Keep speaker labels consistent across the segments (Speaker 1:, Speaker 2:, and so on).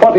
Speaker 1: What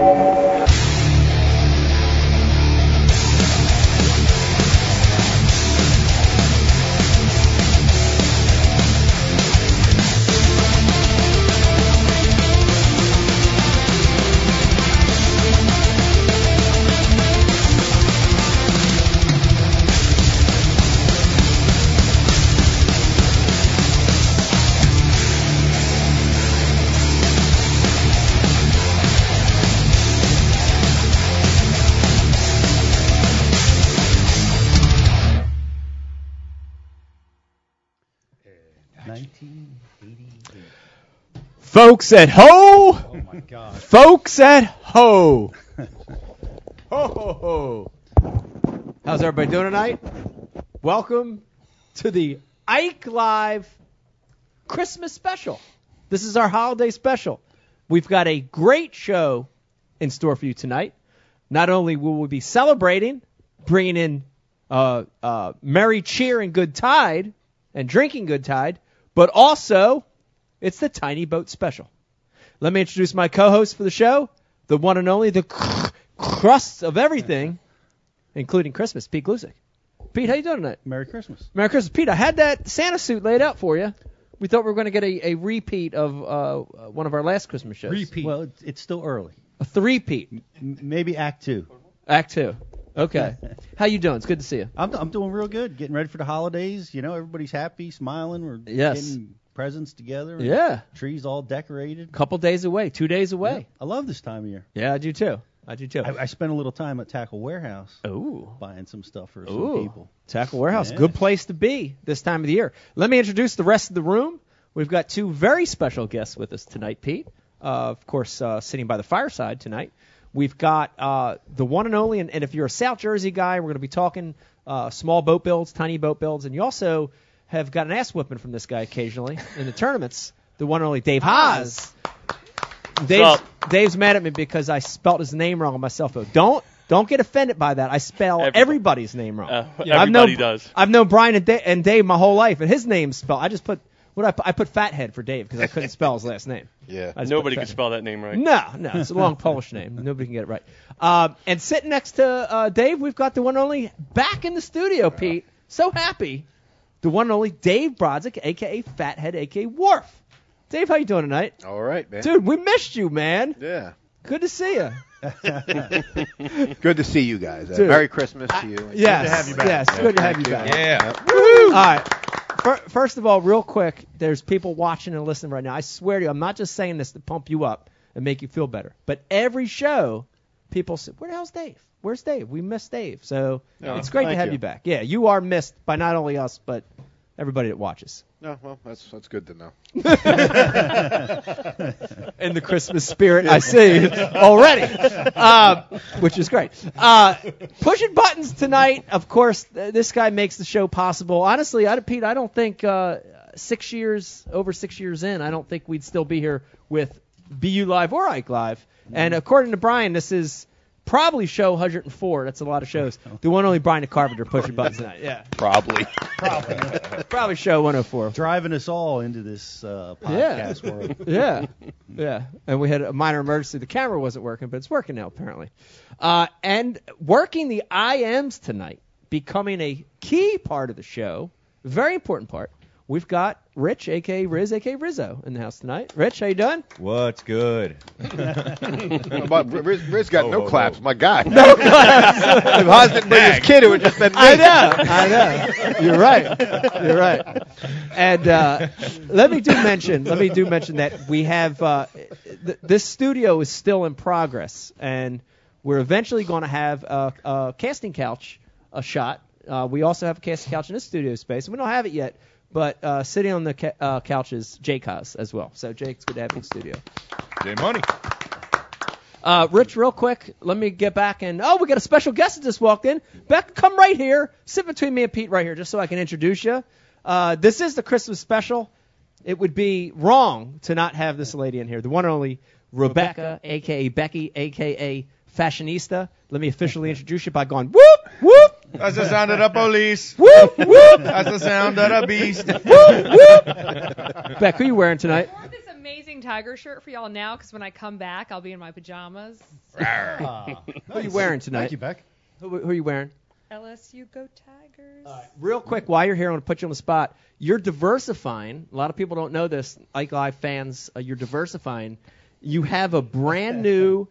Speaker 2: Folks at ho! Oh my God. Folks at ho! ho ho ho! How's everybody doing tonight? Welcome to the Ike Live Christmas special. This is our holiday special. We've got a great show in store for you tonight. Not only will we be celebrating, bringing in uh, uh, merry cheer and good tide, and drinking good tide, but also it's the Tiny Boat Special. Let me introduce my co-host for the show, the one and only, the cr- crust of everything, including Christmas, Pete Glusick. Pete, how you doing tonight?
Speaker 3: Merry Christmas.
Speaker 2: Merry Christmas, Pete. I had that Santa suit laid out for you. We thought we were going to get a, a repeat of uh, one of our last Christmas shows.
Speaker 3: Well, it's, it's still early.
Speaker 2: A three-peat.
Speaker 3: M- maybe Act Two.
Speaker 2: Act two. Okay. How you doing? It's good to see you.
Speaker 3: I'm, I'm doing real good. Getting ready for the holidays. You know, everybody's happy, smiling. We're
Speaker 2: Yes.
Speaker 3: getting presents together. and
Speaker 2: Yeah.
Speaker 3: Trees all decorated.
Speaker 2: Couple days away. Two days away.
Speaker 3: I love this time of year.
Speaker 2: Yeah, I do too. I do too.
Speaker 3: I, I spent a little time at Tackle Warehouse
Speaker 2: Ooh.
Speaker 3: buying some stuff for
Speaker 2: Ooh.
Speaker 3: some people.
Speaker 2: Tackle Warehouse,
Speaker 3: Yeah.
Speaker 2: good place to be this time of the year. Let me introduce the rest of the room. We've got two very special guests with us tonight, Pete. Uh, of course, uh, sitting by the fireside tonight. We've got uh, the one and only, and, and if you're a South Jersey guy, we're going to be talking uh, small boat builds, tiny boat builds, and you also have got an ass whipping from this guy occasionally in the tournaments. The one and only Dave Haas. Dave's, Dave's mad at me because I spelt his name wrong on my cell phone. Don't don't get offended by that. I spell
Speaker 4: Everybody.
Speaker 2: everybody's name wrong.
Speaker 4: Uh,
Speaker 2: I've
Speaker 4: everybody
Speaker 2: known,
Speaker 4: does.
Speaker 2: I've known Brian and, da- and Dave my whole life, and his name's spelled. I just put what did I put, I put fathead for Dave because I couldn't spell his last name.
Speaker 5: Yeah.
Speaker 2: I just
Speaker 4: Nobody
Speaker 2: put
Speaker 4: could spell that name right.
Speaker 2: Fathead. No, no, it's a long Polish name. Nobody can get it right. Um, and sitting next to uh, Dave, we've got the one and only back in the studio, Pete. So happy, the one and only Dave Brodzik, aka Fathead, aka Wharf. Dave, how you doing tonight?
Speaker 5: All right, man.
Speaker 2: Dude, we missed you, man.
Speaker 5: Yeah.
Speaker 2: Good to see you.
Speaker 5: Good to see you guys. Uh,
Speaker 2: Dude.
Speaker 5: Merry Christmas to you.
Speaker 2: Yes,
Speaker 3: have you back.
Speaker 2: yes, good to have you back.
Speaker 5: Yeah.
Speaker 2: All right. Fir- First of all, real quick, there's people watching and listening right now. I swear to you, I'm not just saying this to pump you up and make you feel better. But every show, people say, "Where the hell's Dave? Where's Dave? We missed Dave." So
Speaker 5: Yeah,
Speaker 2: it's great to
Speaker 5: thank
Speaker 2: have you.
Speaker 5: you.
Speaker 2: back. Yeah, you are missed by not only us but everybody that watches
Speaker 5: No, Oh, well, that's that's good to know.
Speaker 2: in the Christmas spirit. I see already, uh, which is great. Uh, pushing buttons tonight. Of course, th- this guy makes the show possible. Honestly, I, Pete, I don't think uh, six years over six years in, I don't think we'd still be here with BU Live or Ike Live. And according to Brian, this is. Probably show 104. That's a lot of shows. The one only Brian Carpenter pushing buttons tonight. Yeah,
Speaker 5: Probably.
Speaker 2: probably show 104.
Speaker 3: Driving us all into this uh,
Speaker 2: Yeah.
Speaker 3: podcast world.
Speaker 2: yeah, yeah. And we had a minor emergency. The camera wasn't working, but it's working now apparently. Uh, and working the IMs tonight, becoming a key part of the show, very important part. we've got Rich, aka Riz, aka Rizzo, in the house tonight. Rich, how you doing?
Speaker 1: What's good?
Speaker 5: But Riz, Riz got
Speaker 1: Whoa,
Speaker 5: no
Speaker 1: whoa,
Speaker 5: claps,
Speaker 1: whoa.
Speaker 5: my God. No claps. if Haas didn't bring his kid, it would just been
Speaker 2: I know, I know. You're right. You're right. And uh, let me do mention, let me do mention that we have uh, th- this studio is still in progress, and we're eventually going to have a, a casting couch, a shot. Uh, we also have a casting couch in this studio space, and we don't have it yet. But uh, sitting on the ca- uh, couch is Jake Haas as well. So Jake's good to have you in the studio.
Speaker 1: J Money.
Speaker 2: Uh, Rich, real quick, let me get back and oh, we got a special guest that just walked in. Beck, come right here, sit between me and Pete right here, just so I can introduce you. Uh, this is the Christmas special. It would be wrong to not have this lady in here, the one and only Rebecca, aka Becky, aka Fashionista. Let me officially introduce you by going whoop whoop
Speaker 1: That's the sound of the police.
Speaker 2: whoop whoop
Speaker 1: That's the sound of the beast.
Speaker 2: whoop whoop. Beck, who are you wearing tonight?
Speaker 6: I bought this amazing tiger shirt for y'all now because when I come back, I'll be in my pajamas.
Speaker 2: Who are you wearing
Speaker 3: Thank
Speaker 2: tonight?
Speaker 3: you, Beck.
Speaker 2: Who, who are you wearing?
Speaker 6: LSU go Tigers.
Speaker 2: Real quick, while you're here, I want to put you on the spot. You're diversifying. A lot of people don't know this, Ike Live fans. Uh, you're diversifying. You have a brand new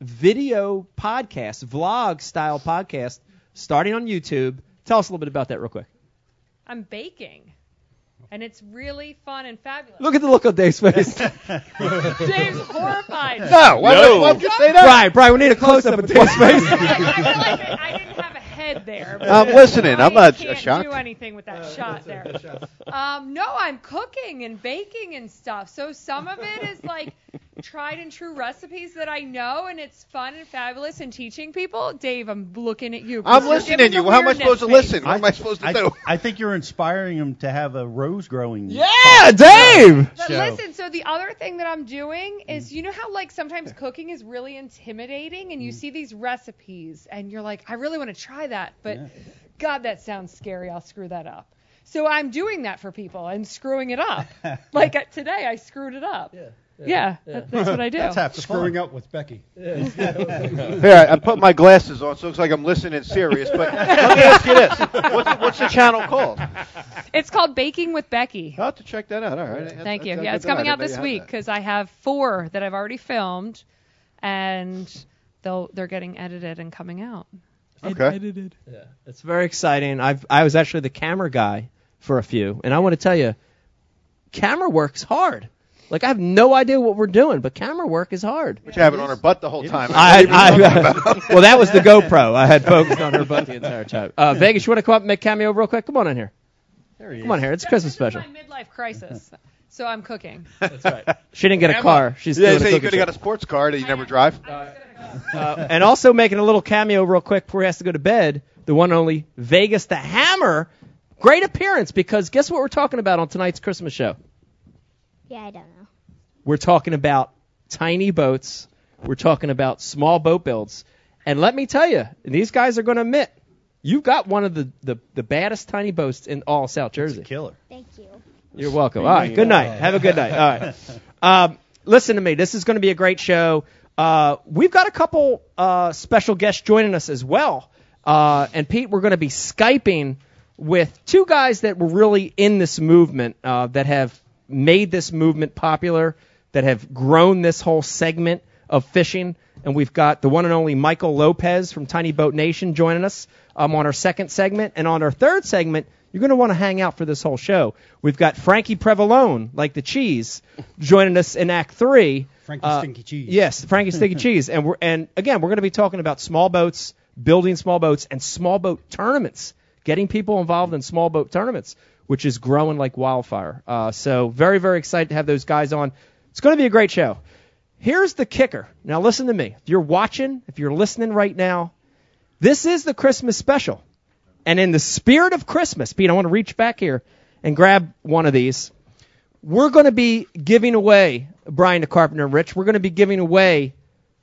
Speaker 2: video podcast, vlog style podcast, starting on YouTube. Tell us a little bit about that, real quick.
Speaker 6: I'm baking, and it's really fun and fabulous.
Speaker 2: Look at the look on Dave's face.
Speaker 6: Dave's horrified.
Speaker 5: No, why would why would you say that?
Speaker 2: Brian, Brian, we need a close up of Dave's face.
Speaker 6: I, I feel like I, I didn't have a head there. but
Speaker 5: I'm listening.
Speaker 6: I
Speaker 5: I'm not
Speaker 6: can't
Speaker 5: Um, shocked.
Speaker 6: do anything with that shot there. Um, no, I'm cooking and baking and stuff. So some of it is like tried and true recipes that I know, and it's fun and fabulous and teaching people. Dave, I'm looking at you. 'cause
Speaker 5: I'm
Speaker 6: you're
Speaker 5: listening to
Speaker 6: giving
Speaker 5: you.
Speaker 6: the
Speaker 5: How am I
Speaker 6: weirdness
Speaker 5: supposed to
Speaker 6: face.
Speaker 5: listen? What am I supposed to
Speaker 3: I,
Speaker 5: do?
Speaker 3: I think you're inspiring him to have a rose growing.
Speaker 2: Yeah, Dave.
Speaker 6: But
Speaker 3: show.
Speaker 6: listen, so the other thing that I'm doing is you know how like sometimes cooking is really intimidating
Speaker 3: Mm.
Speaker 6: and you see these recipes and you're like, I really want to try that, but God, that sounds scary. I'll screw that up. So I'm doing that for people and screwing it up. like uh, today, I screwed it up. Yeah, that- that's what I do.
Speaker 3: That's half the fun.
Speaker 7: up with Becky.
Speaker 5: Here, I, I put my glasses on, so it looks like I'm listening serious. But let me ask you this: what's, what's the channel called?
Speaker 6: it's called Baking with Becky.
Speaker 5: I'll have to check that out. All right.
Speaker 6: Thank you.
Speaker 5: I'll
Speaker 6: Yeah,
Speaker 5: get
Speaker 6: it's
Speaker 5: that out.
Speaker 6: coming out
Speaker 5: I
Speaker 6: this
Speaker 5: may
Speaker 6: week
Speaker 5: have that.
Speaker 6: because I have four that I've already filmed, and they'll they're getting edited and coming out.
Speaker 5: Okay.
Speaker 8: Edited.
Speaker 2: It's very exciting. I've I was actually the camera guy for a few, and I want to tell you, camera work's hard. Like I have no idea what we're doing, but camera work is hard.
Speaker 5: Which I have it on her butt the whole time.
Speaker 2: I, I well, that was the GoPro. I had focused on her butt the entire time. Uh, Vegas, you want to come up and make cameo real quick? Come on in here.
Speaker 3: There he
Speaker 2: Come on
Speaker 3: is.
Speaker 2: here. It's a
Speaker 6: Yeah,
Speaker 2: Christmas
Speaker 6: this is
Speaker 2: special.
Speaker 6: my midlife crisis. So I'm cooking.
Speaker 2: She didn't get a
Speaker 1: Emma.
Speaker 2: car. She's
Speaker 5: Yeah, you
Speaker 2: doing
Speaker 5: say
Speaker 2: a
Speaker 5: you
Speaker 2: cooking
Speaker 5: could have got
Speaker 2: show.
Speaker 5: a sports car that you never drive.
Speaker 2: Uh, and also making a little cameo real quick before he has to go to bed. The one and only Vegas the Hammer. Great appearance because guess what we're talking about on tonight's Christmas show.
Speaker 9: Yeah, I don't know.
Speaker 2: We're talking about tiny boats. We're talking about small boat builds. And let me tell you, these guys are going to admit, you've got one of the, the, the baddest tiny boats in all South Jersey.
Speaker 3: Killer.
Speaker 9: Thank you.
Speaker 2: You're welcome. All right. Good night. Have a good night. All right. Um, listen to me. This is going to be a great show. Uh, we've got a couple uh, special guests joining us as well. Uh, and Pete, we're going to be skyping with two guys that were really in this movement, uh, that have made this movement popular, that have grown this whole segment of fishing. And we've got the one and only Michael Lopez from Tiny Boat Nation joining us um, on our second segment. And on our third segment, you're going to want to hang out for this whole show. We've got Frankie Prevolone, like the cheese, joining us in Act Three. Uh,
Speaker 7: Frankie Stinky Cheese.
Speaker 2: Yes, Frankie Stinky Cheese. And we're and again, we're going to be talking about small boats, building small boats, and small boat tournaments, getting people involved in small boat tournaments, which is growing like wildfire. Uh, so very very excited to have those guys on. It's going to be a great show. Here's the kicker. Now listen to me. If you're watching, if you're listening right now, this is the Christmas special. And in the spirit of Christmas, Pete, I want to reach back here and grab one of these. We're going to be giving away, Brian DeCarpenter and Rich, we're going to be giving away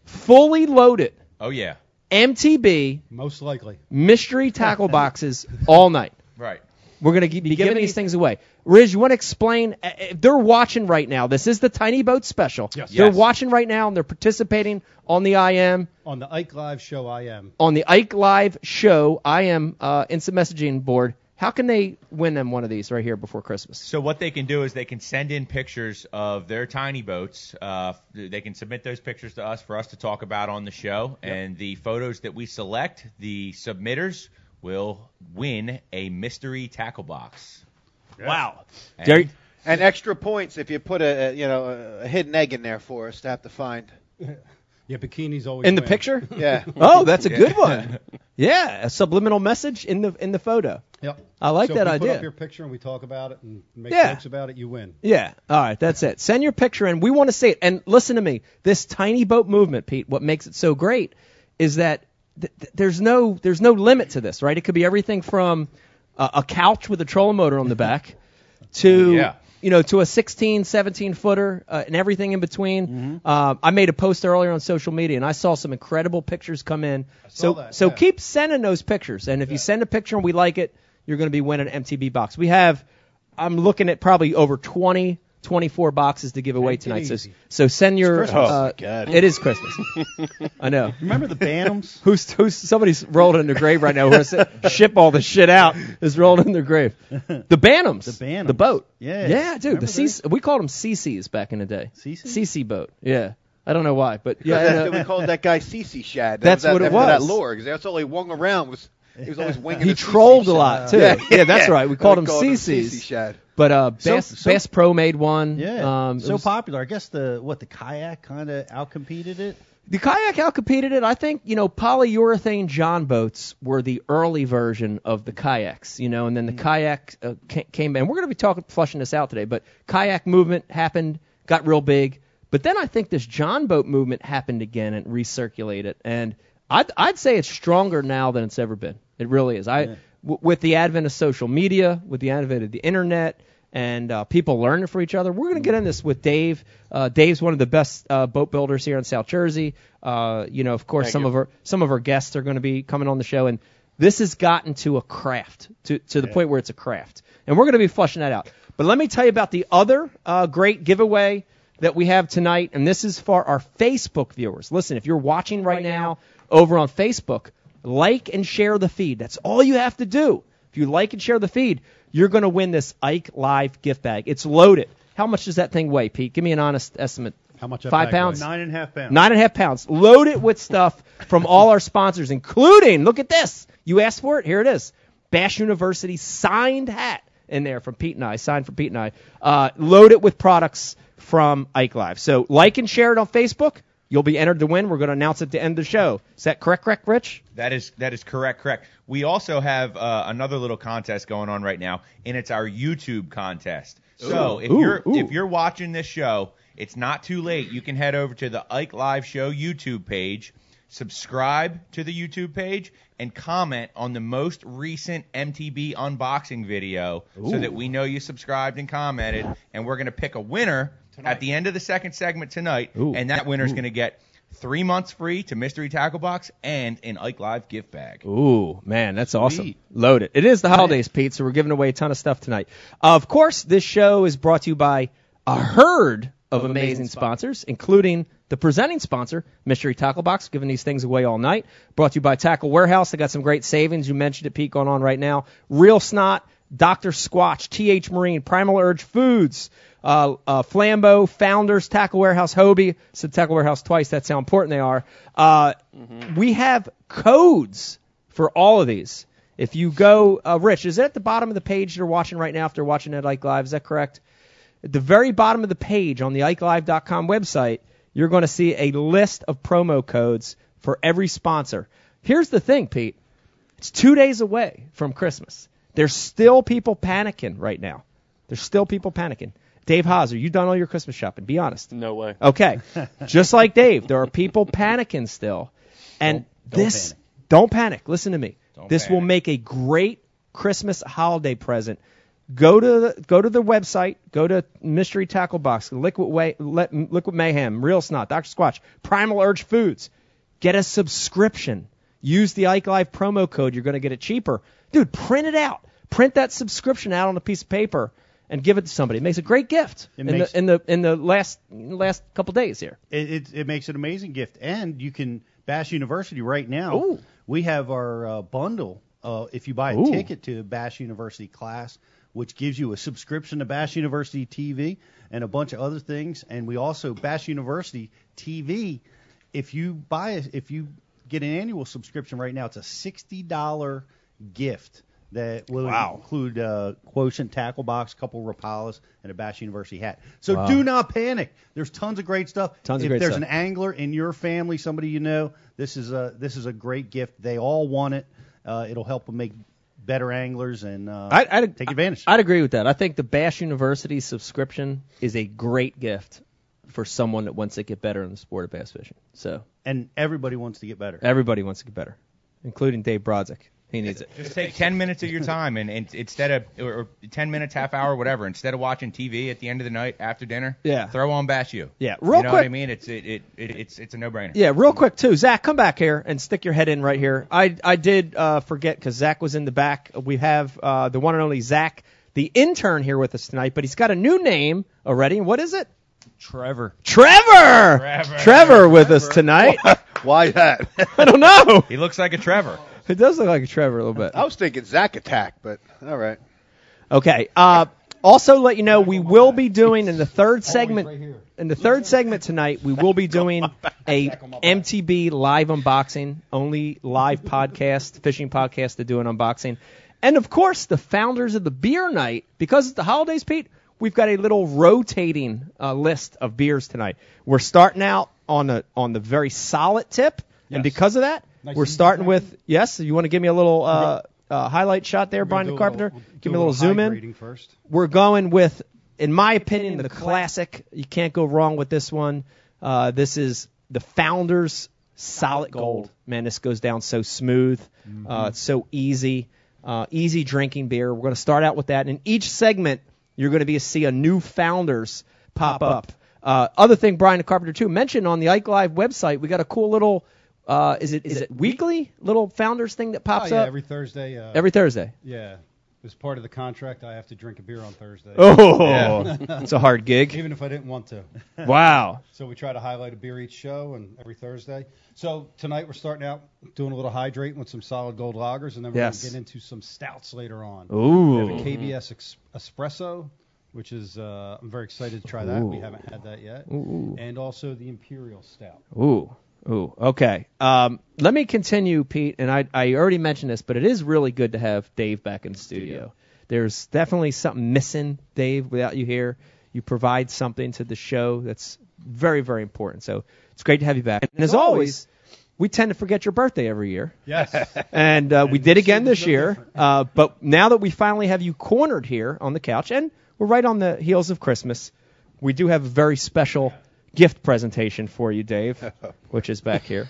Speaker 2: fully loaded
Speaker 1: Oh yeah.
Speaker 2: MTB
Speaker 7: Most likely.
Speaker 2: mystery tackle boxes all night.
Speaker 1: Right.
Speaker 2: We're going to be giving these things away. Riz, you want to explain? uh, If they're watching right now, this is the Tiny Boat Special.
Speaker 7: Yes.
Speaker 2: They're
Speaker 1: Yes.
Speaker 2: watching right now and they're participating on the IM,
Speaker 7: On the Ike Live show, I am.
Speaker 2: on the Ike Live show, IM uh, instant messaging board. How can they win them one of these right here before Christmas?
Speaker 10: So what they can do is they can send in pictures of their tiny boats. Uh, they can submit those pictures to us for us to talk about on the show, and the photos that we select, the submitters will win a mystery tackle box.
Speaker 5: Wow.
Speaker 10: And-
Speaker 5: Jerry. And extra points if you put a, a you know a- a hidden egg in there for us to have to find.
Speaker 7: Oh, Yeah, bikinis always
Speaker 2: In the
Speaker 7: win.
Speaker 2: picture?
Speaker 5: Yeah.
Speaker 2: Oh, that's a
Speaker 5: Yeah.
Speaker 2: good one. Yeah, a subliminal message in the in the photo.
Speaker 7: Yep.
Speaker 2: I like
Speaker 7: so
Speaker 2: that
Speaker 7: if we
Speaker 2: idea.
Speaker 7: Put up your picture and we talk about it and make
Speaker 2: Yeah.
Speaker 7: jokes about it. You win.
Speaker 2: Yeah. All right. That's it. Send your picture in. We want to see it. And listen to me. This tiny boat movement, Pete. What makes it so great is that th- th- there's no there's no limit to this, right? It could be everything from uh, a couch with a trolling motor on the back to
Speaker 4: Yeah.
Speaker 2: you know to a 16, 17 footer uh, and everything in between. Uh, I made a post earlier on social media and I saw some incredible pictures come in. So so keep sending those pictures. And if you send a picture and we like it, you're going to be winning an MTB box. We have I'm looking at probably over 20, 24 boxes to give away tonight. So,
Speaker 3: easy.
Speaker 2: so send your.
Speaker 3: It's Christmas.
Speaker 2: uh,
Speaker 3: Oh, God.
Speaker 2: it is Christmas. I know.
Speaker 3: Remember the Bantams?
Speaker 2: who's who's somebody's rolled in their grave right now. We're gonna sit- ship all the shit out. Is rolled in their grave. The Bantams. The
Speaker 3: Bantams.
Speaker 2: The boat.
Speaker 3: Yeah.
Speaker 2: Yeah, dude.
Speaker 3: Remember
Speaker 2: The C- we called them CCs back in the day. CC. CC boat. Yeah. I don't know why, but yeah.
Speaker 5: Yeah,
Speaker 2: you know-
Speaker 5: we called that guy CC Shad. That
Speaker 2: That's
Speaker 5: was that,
Speaker 2: what it
Speaker 5: that, That
Speaker 2: was.
Speaker 5: lore, 'cause that's all he wung around was he was always winging.
Speaker 2: he
Speaker 5: the
Speaker 2: trolled
Speaker 5: CC
Speaker 2: a lot
Speaker 5: Shad.
Speaker 2: too. Yeah, that's right. We called him
Speaker 5: CC
Speaker 2: CCs.
Speaker 5: Shad.
Speaker 2: But uh,
Speaker 5: So-
Speaker 2: Bass,
Speaker 5: so-
Speaker 2: Bass Pro made one.
Speaker 3: Yeah,
Speaker 2: Um, it
Speaker 3: so
Speaker 2: was-
Speaker 3: popular. I guess the what the kayak kind of outcompeted it.
Speaker 2: The kayak outcompeted it. I think you know polyurethane John boats were the early version of the kayaks, you know, and then the kayak uh, ca- came. And we're going to be talking flushing this out today, but kayak movement happened, got real big. But then I think this John boat movement happened again and recirculated, and I'd, I'd say it's stronger now than it's ever been. It really is. I w- with the advent of social media, with the advent of the internet, and uh, people learning from each other. We're going to get in this with Dave. Uh, Dave's one of the best uh, boat builders here in South Jersey. Uh, you know, of course,
Speaker 11: Thank
Speaker 2: some
Speaker 11: you.
Speaker 2: of our some of our guests are going to be coming on the show, and this has gotten to a craft, to to the point where it's a craft, and we're going to be fleshing that out. But let me tell you about the other uh, great giveaway that we have tonight, and this is for our Facebook viewers. Listen, if you're watching right now over on Facebook, like and share the feed. That's all you have to do. If you like and share the feed, you're going to win this Ike Live gift bag. It's loaded. How much does that thing weigh, Pete? Give me an honest estimate. How much?
Speaker 3: that
Speaker 2: Five
Speaker 3: bag
Speaker 2: pounds.
Speaker 3: weigh? Nine and a half pounds.
Speaker 2: Nine and a half pounds. Load it with stuff from all our sponsors, including look at this. You asked for it. Here it is. Bash University signed hat in there from Pete and I. Signed from Pete and I. Uh, load it with products from Ike Live. So like and share it on Facebook. You'll be entered to win. We're going to announce at the end of the show. Is that correct, correct, Rich?
Speaker 10: That is that is correct, correct. We also have uh, another little contest going on right now, and it's our YouTube contest.
Speaker 4: Ooh.
Speaker 10: So if
Speaker 4: Ooh,
Speaker 10: you're
Speaker 4: ooh.
Speaker 10: if you're watching this show, it's not too late. You can head over to the Ike Live Show YouTube page, subscribe to the YouTube page, and comment on the most recent MTB unboxing video so
Speaker 4: Ooh.
Speaker 10: that we know you subscribed and commented. And we're gonna pick a winner at the end of the second segment tonight, and that winner is gonna get three months free to Mystery Tackle Box and an Ike Live gift bag.
Speaker 2: Ooh, man, that's awesome. Load it. It is the holidays, Pete, so we're giving away a ton of stuff tonight. Uh, Of course, this show is brought to you by a herd of amazing, sponsors, including the presenting sponsor, Mystery Tackle Box, giving these things away all night. Brought to you by Tackle Warehouse. They got some great savings. You mentioned it, Pete, going on right now. Real Snot, Dr. Squatch, TH Marine, Primal Urge Foods, uh, uh, Flambeau, Founders, Tackle Warehouse, Hobie. Said Tackle Warehouse twice. That's how important they are. Uh, We have codes for all of these. If you go, uh, Rich, is it at the bottom of the page you're watching right now after watching at Ike Live? Is that correct? At the very bottom of the page on the IkeLive.com website, you're going to see a list of promo codes for every sponsor. Here's the thing, Pete. It's two days away from Christmas. There's still people panicking right now. There's still people panicking. Dave Haas, are you done all your Christmas shopping? Be honest.
Speaker 12: No way.
Speaker 2: Okay. Just like Dave, there are people panicking still. And this don't panic. Listen to me. this will make a great Christmas holiday present. Go to the, go to the website. Go to Mystery Tackle Box, Liquid Way, Let, Liquid Mayhem, Real Snot, Doctor Squatch, Primal Urge Foods. Get a subscription. Use the Ike Live promo code. You're going to get it cheaper. Dude, print it out. Print that subscription out on a piece of paper and give it to somebody. It makes a great gift in,
Speaker 3: makes-
Speaker 2: the, in the in the last last couple days here.
Speaker 3: It, it it makes an amazing gift, and you can Bash University right now. We have our uh, bundle uh, if you buy a
Speaker 7: Ooh.
Speaker 3: ticket to Bash University class, which gives you a subscription to Bash University TV and a bunch of other things. And we also Bash University TV. If you buy it, if you get an annual subscription right now, it's a sixty dollar gift that will include uh, quotient tackle box, a couple Rapalas, and a Bash University hat. So
Speaker 2: Wow.
Speaker 3: do not panic. There's tons of great stuff.
Speaker 2: Tons of
Speaker 3: if
Speaker 2: great
Speaker 3: there's
Speaker 2: stuff.
Speaker 3: an angler in your family, somebody you know, this is a this is a great gift. They all want it. Uh, it'll help them make better anglers and uh,
Speaker 2: I'd, I'd,
Speaker 3: take advantage.
Speaker 2: I'd agree with that. I think the Bash University subscription is a great gift for someone that wants to get better in the sport of bass fishing. So
Speaker 3: and everybody wants to get better.
Speaker 2: Everybody wants to get better, including Dave Brodzik. He needs it.
Speaker 10: Just take 10 minutes of your time, and, and instead of or, or 10 minutes, half hour, whatever, instead of watching TV at the end of the night after dinner,
Speaker 2: Yeah.
Speaker 10: throw on Bash U.
Speaker 2: Yeah, real
Speaker 10: you know what I
Speaker 2: quick-
Speaker 10: mean? It's it, it, it it's it's a no-brainer.
Speaker 2: Yeah, real quick too, Zach, come back here and stick your head in right here. I I did uh, forget because Zach was in the back. We have uh, the one and only Zach, the intern, here with us tonight, but he's got a new name already. What is it?
Speaker 4: Trevor.
Speaker 2: Trevor.
Speaker 10: Trevor.
Speaker 2: with us tonight. Why that? I don't know.
Speaker 10: He looks like a Trevor.
Speaker 2: It does look like a Trevor a little bit.
Speaker 5: I was thinking Zach attack, but all right.
Speaker 2: Okay. Uh, also, let you know we will be doing in the third segment. In the third segment tonight, we will be doing a MTB live unboxing, only live podcast, fishing podcast to do an unboxing, and of course the founders of the beer night because it's the holidays, Pete. We've got a little rotating uh, list of beers tonight. We're starting out on the on the very solid tip, and because of that, we're starting with yes. You want to give me a little uh, uh, highlight shot there, Brian
Speaker 7: do
Speaker 2: the
Speaker 7: a
Speaker 2: Carpenter?
Speaker 7: little-
Speaker 2: give
Speaker 7: do
Speaker 2: me
Speaker 7: a
Speaker 2: a little
Speaker 7: little
Speaker 2: zoom
Speaker 7: high
Speaker 2: in.
Speaker 7: grading first.
Speaker 2: We're going with, in my opinion, the classic. You can't go wrong with this one. Uh, this is the Founders Solid Gold. Man, this goes down so smooth.
Speaker 7: Mm-hmm.
Speaker 2: Uh, it's so easy. Uh, easy drinking beer. We're going to start out with that. And in each segment, you're going to be see a new Founders pop, up. Uh, other thing, Brian Carpenter too mentioned on the Ike Live website, we got a cool little. Uh, is it is, it weekly little Founders thing that pops
Speaker 7: oh, yeah,
Speaker 2: up
Speaker 7: every Thursday. Uh,
Speaker 2: Every Thursday.
Speaker 7: Yeah. As part of the contract, I have to drink a beer on Thursday.
Speaker 2: Oh, it's a hard gig.
Speaker 7: Even if I didn't want to.
Speaker 2: Wow.
Speaker 7: So we try to highlight a beer each show and every Thursday. So tonight we're starting out doing a little hydrating with some solid gold lagers, and then we're
Speaker 2: Yes.
Speaker 7: going to get into some stouts later on.
Speaker 2: Ooh.
Speaker 7: We have a KBS ex- espresso, which is uh, I'm very excited to try that. We
Speaker 2: Ooh.
Speaker 7: haven't had that yet.
Speaker 2: Ooh.
Speaker 7: And also the imperial stout.
Speaker 2: Ooh, ooh, okay. Um, let me continue, Pete. And I, I already mentioned this, but it is really good to have Dave back in the studio. There's definitely something missing, Dave, without you here. You provide something to the show that's very, very important. So it's great to have you back. And as always, we tend to forget your birthday every year.
Speaker 7: Yes.
Speaker 2: And uh, we did again this year. Uh, but now that we finally have you cornered here on the couch, and we're right on the heels of Christmas, we do have a very special gift presentation for you, Dave, which is back here.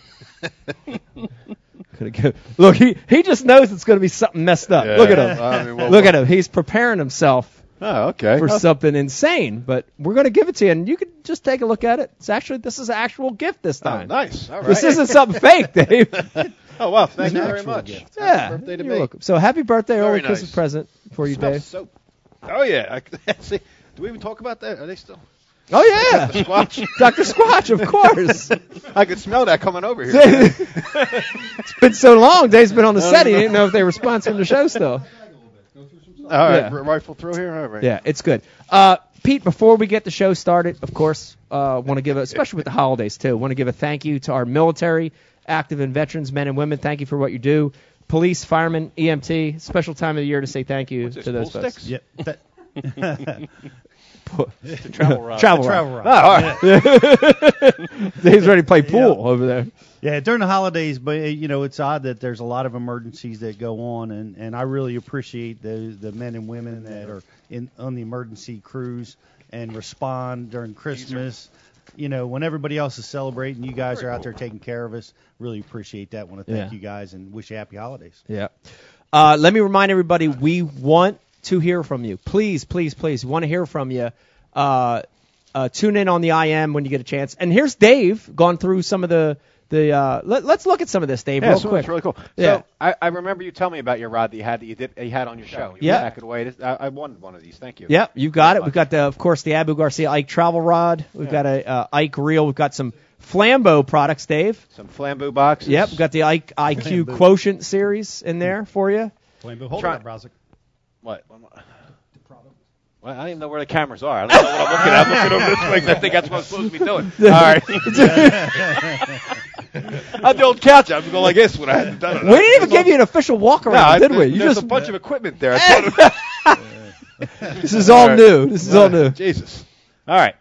Speaker 2: Gonna go- Look, he, he just knows it's going to be something messed up. Look at him.
Speaker 5: I mean, well,
Speaker 2: Look at him. He's preparing himself
Speaker 5: Oh, okay.
Speaker 2: for something insane, but we're going to give it to you, and you can just take a look at it. It's actually this is an actual gift this
Speaker 5: Oh,
Speaker 2: time.
Speaker 5: nice. All
Speaker 2: This
Speaker 5: right.
Speaker 2: isn't something fake, Dave.
Speaker 5: Oh wow, thank you
Speaker 2: An
Speaker 5: very
Speaker 2: actual
Speaker 5: much.
Speaker 2: gift.
Speaker 5: Happy
Speaker 2: Yeah.
Speaker 5: birthday to
Speaker 2: You're
Speaker 5: me.
Speaker 2: welcome. So happy birthday,
Speaker 5: Very
Speaker 2: early
Speaker 5: nice.
Speaker 2: Christmas present for you,
Speaker 5: Smells
Speaker 2: Dave.
Speaker 5: so- oh yeah. I, see, do we even talk about that? Are they still?
Speaker 2: Oh yeah,
Speaker 5: Dr. Squatch.
Speaker 2: Dr. Squatch, of course.
Speaker 5: I could smell that coming over here.
Speaker 2: it's been so long. Dave's been on the
Speaker 5: No,
Speaker 2: set. He
Speaker 5: no.
Speaker 2: didn't know if they were sponsoring the show still.
Speaker 5: All right,
Speaker 2: Yeah.
Speaker 5: r- rifle through here. All right.
Speaker 2: Yeah, it's good. Uh, Pete, before we get the show started, of course, uh, want to give a, especially with the holidays too, want to give a thank you to our military, active and veterans, men and women. Thank you for what you do. Police, firemen, EMT. Special time of the year to say thank you to those
Speaker 5: pool
Speaker 2: folks.
Speaker 5: sticks? Yep. That-
Speaker 2: it's
Speaker 5: a travel rod.
Speaker 2: Travel
Speaker 5: A
Speaker 2: rod. Oh,
Speaker 5: travel rod. Oh, all right.
Speaker 2: Dave's ready to play pool over there.
Speaker 3: Yeah, during the holidays, but uh, you know it's odd that there's a lot of emergencies that go on, and, and I really appreciate the the men and women that are in on the emergency crews and respond during Christmas. You know, when everybody else is celebrating, you guys are out there taking care of us. Really appreciate that. Want to thank
Speaker 2: Yeah.
Speaker 3: you guys and wish you happy holidays.
Speaker 2: Yeah. Uh, let me remind everybody we want to hear from you. Please, please, please, we want to hear from you. Uh, uh, tune in on the IM when you get a chance. And here's Dave, gone through some of the the uh, let, us look at some of this, Dave,
Speaker 5: Yeah,
Speaker 2: real
Speaker 5: so
Speaker 2: quick.
Speaker 5: it's really cool.
Speaker 2: Yeah.
Speaker 5: So I, I remember you telling me about your rod that you had that you did you had on your show. You
Speaker 2: Yeah.
Speaker 5: Back it away. This- I, I won one of these. Thank you.
Speaker 2: Yep, you've got it. We've got the, of course, the Abu Garcia Ike travel rod. We've got a uh, Ike reel. We've got some Flambeau products, Dave.
Speaker 5: Some Flambeau boxes.
Speaker 2: Yep, we've got the Ike IQ
Speaker 7: Flambeau.
Speaker 2: quotient series in there for you.
Speaker 7: Flambeau, hold it
Speaker 5: Try-
Speaker 7: up, Browsic.
Speaker 5: What? Well, I don't even know where the cameras are. I don't know what I'm looking at. I'm looking over this way 'cause I think that's what I'm supposed to be doing. All right. On the old couch, I was going like this when I hadn't done it.
Speaker 2: We didn't even give you an official walk
Speaker 5: No,
Speaker 2: around,
Speaker 5: I-
Speaker 2: did we?
Speaker 5: there's-
Speaker 2: You
Speaker 5: there's
Speaker 2: just
Speaker 5: a bunch of equipment there. I thought-
Speaker 2: this is all
Speaker 5: right.
Speaker 2: new. This is all new.
Speaker 5: Jesus. All right.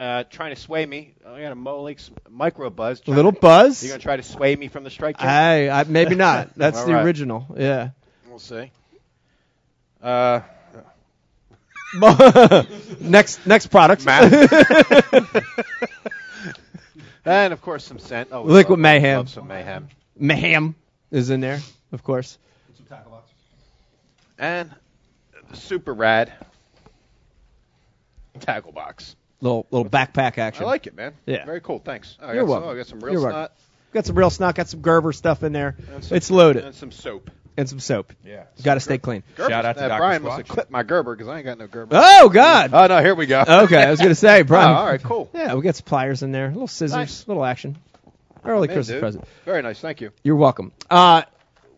Speaker 5: Uh, trying to sway me. I got a Molex micro buzz.
Speaker 2: A little buzz.
Speaker 5: You're gonna try to sway me from the strike. zone?
Speaker 2: I, I maybe not. That's
Speaker 5: All
Speaker 2: the
Speaker 5: right.
Speaker 2: original. Yeah.
Speaker 5: We'll see. Uh,
Speaker 2: next next product.
Speaker 5: and of course some scent. Oh, we
Speaker 2: Liquid
Speaker 5: love-
Speaker 2: Mayhem.
Speaker 5: love some mayhem.
Speaker 2: Mayhem is in there, of course.
Speaker 5: And the super rad tackle box.
Speaker 2: Little little backpack action.
Speaker 5: I like it, man.
Speaker 2: Yeah.
Speaker 5: Very cool. Thanks. Oh, I
Speaker 2: You're
Speaker 5: got
Speaker 2: welcome.
Speaker 5: Some, oh, I got some real
Speaker 2: You're welcome.
Speaker 5: snot.
Speaker 2: Got some real snot. Got some Gerber stuff in there.
Speaker 5: and some-
Speaker 2: It's loaded.
Speaker 5: And some soap.
Speaker 2: And some soap.
Speaker 5: Yeah.
Speaker 2: Got to stay clean.
Speaker 5: Gerber-
Speaker 10: Shout out to
Speaker 5: uh,
Speaker 10: Dr.
Speaker 5: Brian must
Speaker 10: Squatch.
Speaker 5: have clipped my Gerber because I ain't got no Gerber.
Speaker 2: Oh God.
Speaker 5: Oh no, here we go.
Speaker 2: Okay, I was gonna say, Brian.
Speaker 5: Oh, all right, cool.
Speaker 2: Yeah, we got some pliers in there. Little scissors.
Speaker 5: Nice.
Speaker 2: Little action. Early
Speaker 5: I'm in,
Speaker 2: Christmas
Speaker 5: dude.
Speaker 2: present.
Speaker 5: Very nice. Thank you.
Speaker 2: You're welcome. Uh,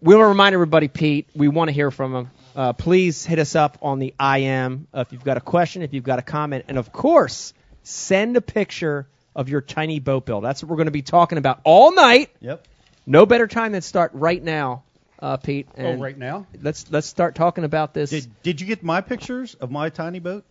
Speaker 2: we want to remind everybody, Pete, we want to hear from him. Uh, please hit us up on the IM uh, if you've got a question, if you've got a comment, and of course, send a picture of your tiny boat build. That's what we're going to be talking about all night.
Speaker 7: Yep.
Speaker 2: No better time than start right now, uh, Pete. And
Speaker 7: oh, right now.
Speaker 2: Let's let's start talking about this.
Speaker 3: Did, did you get my pictures of my tiny boat?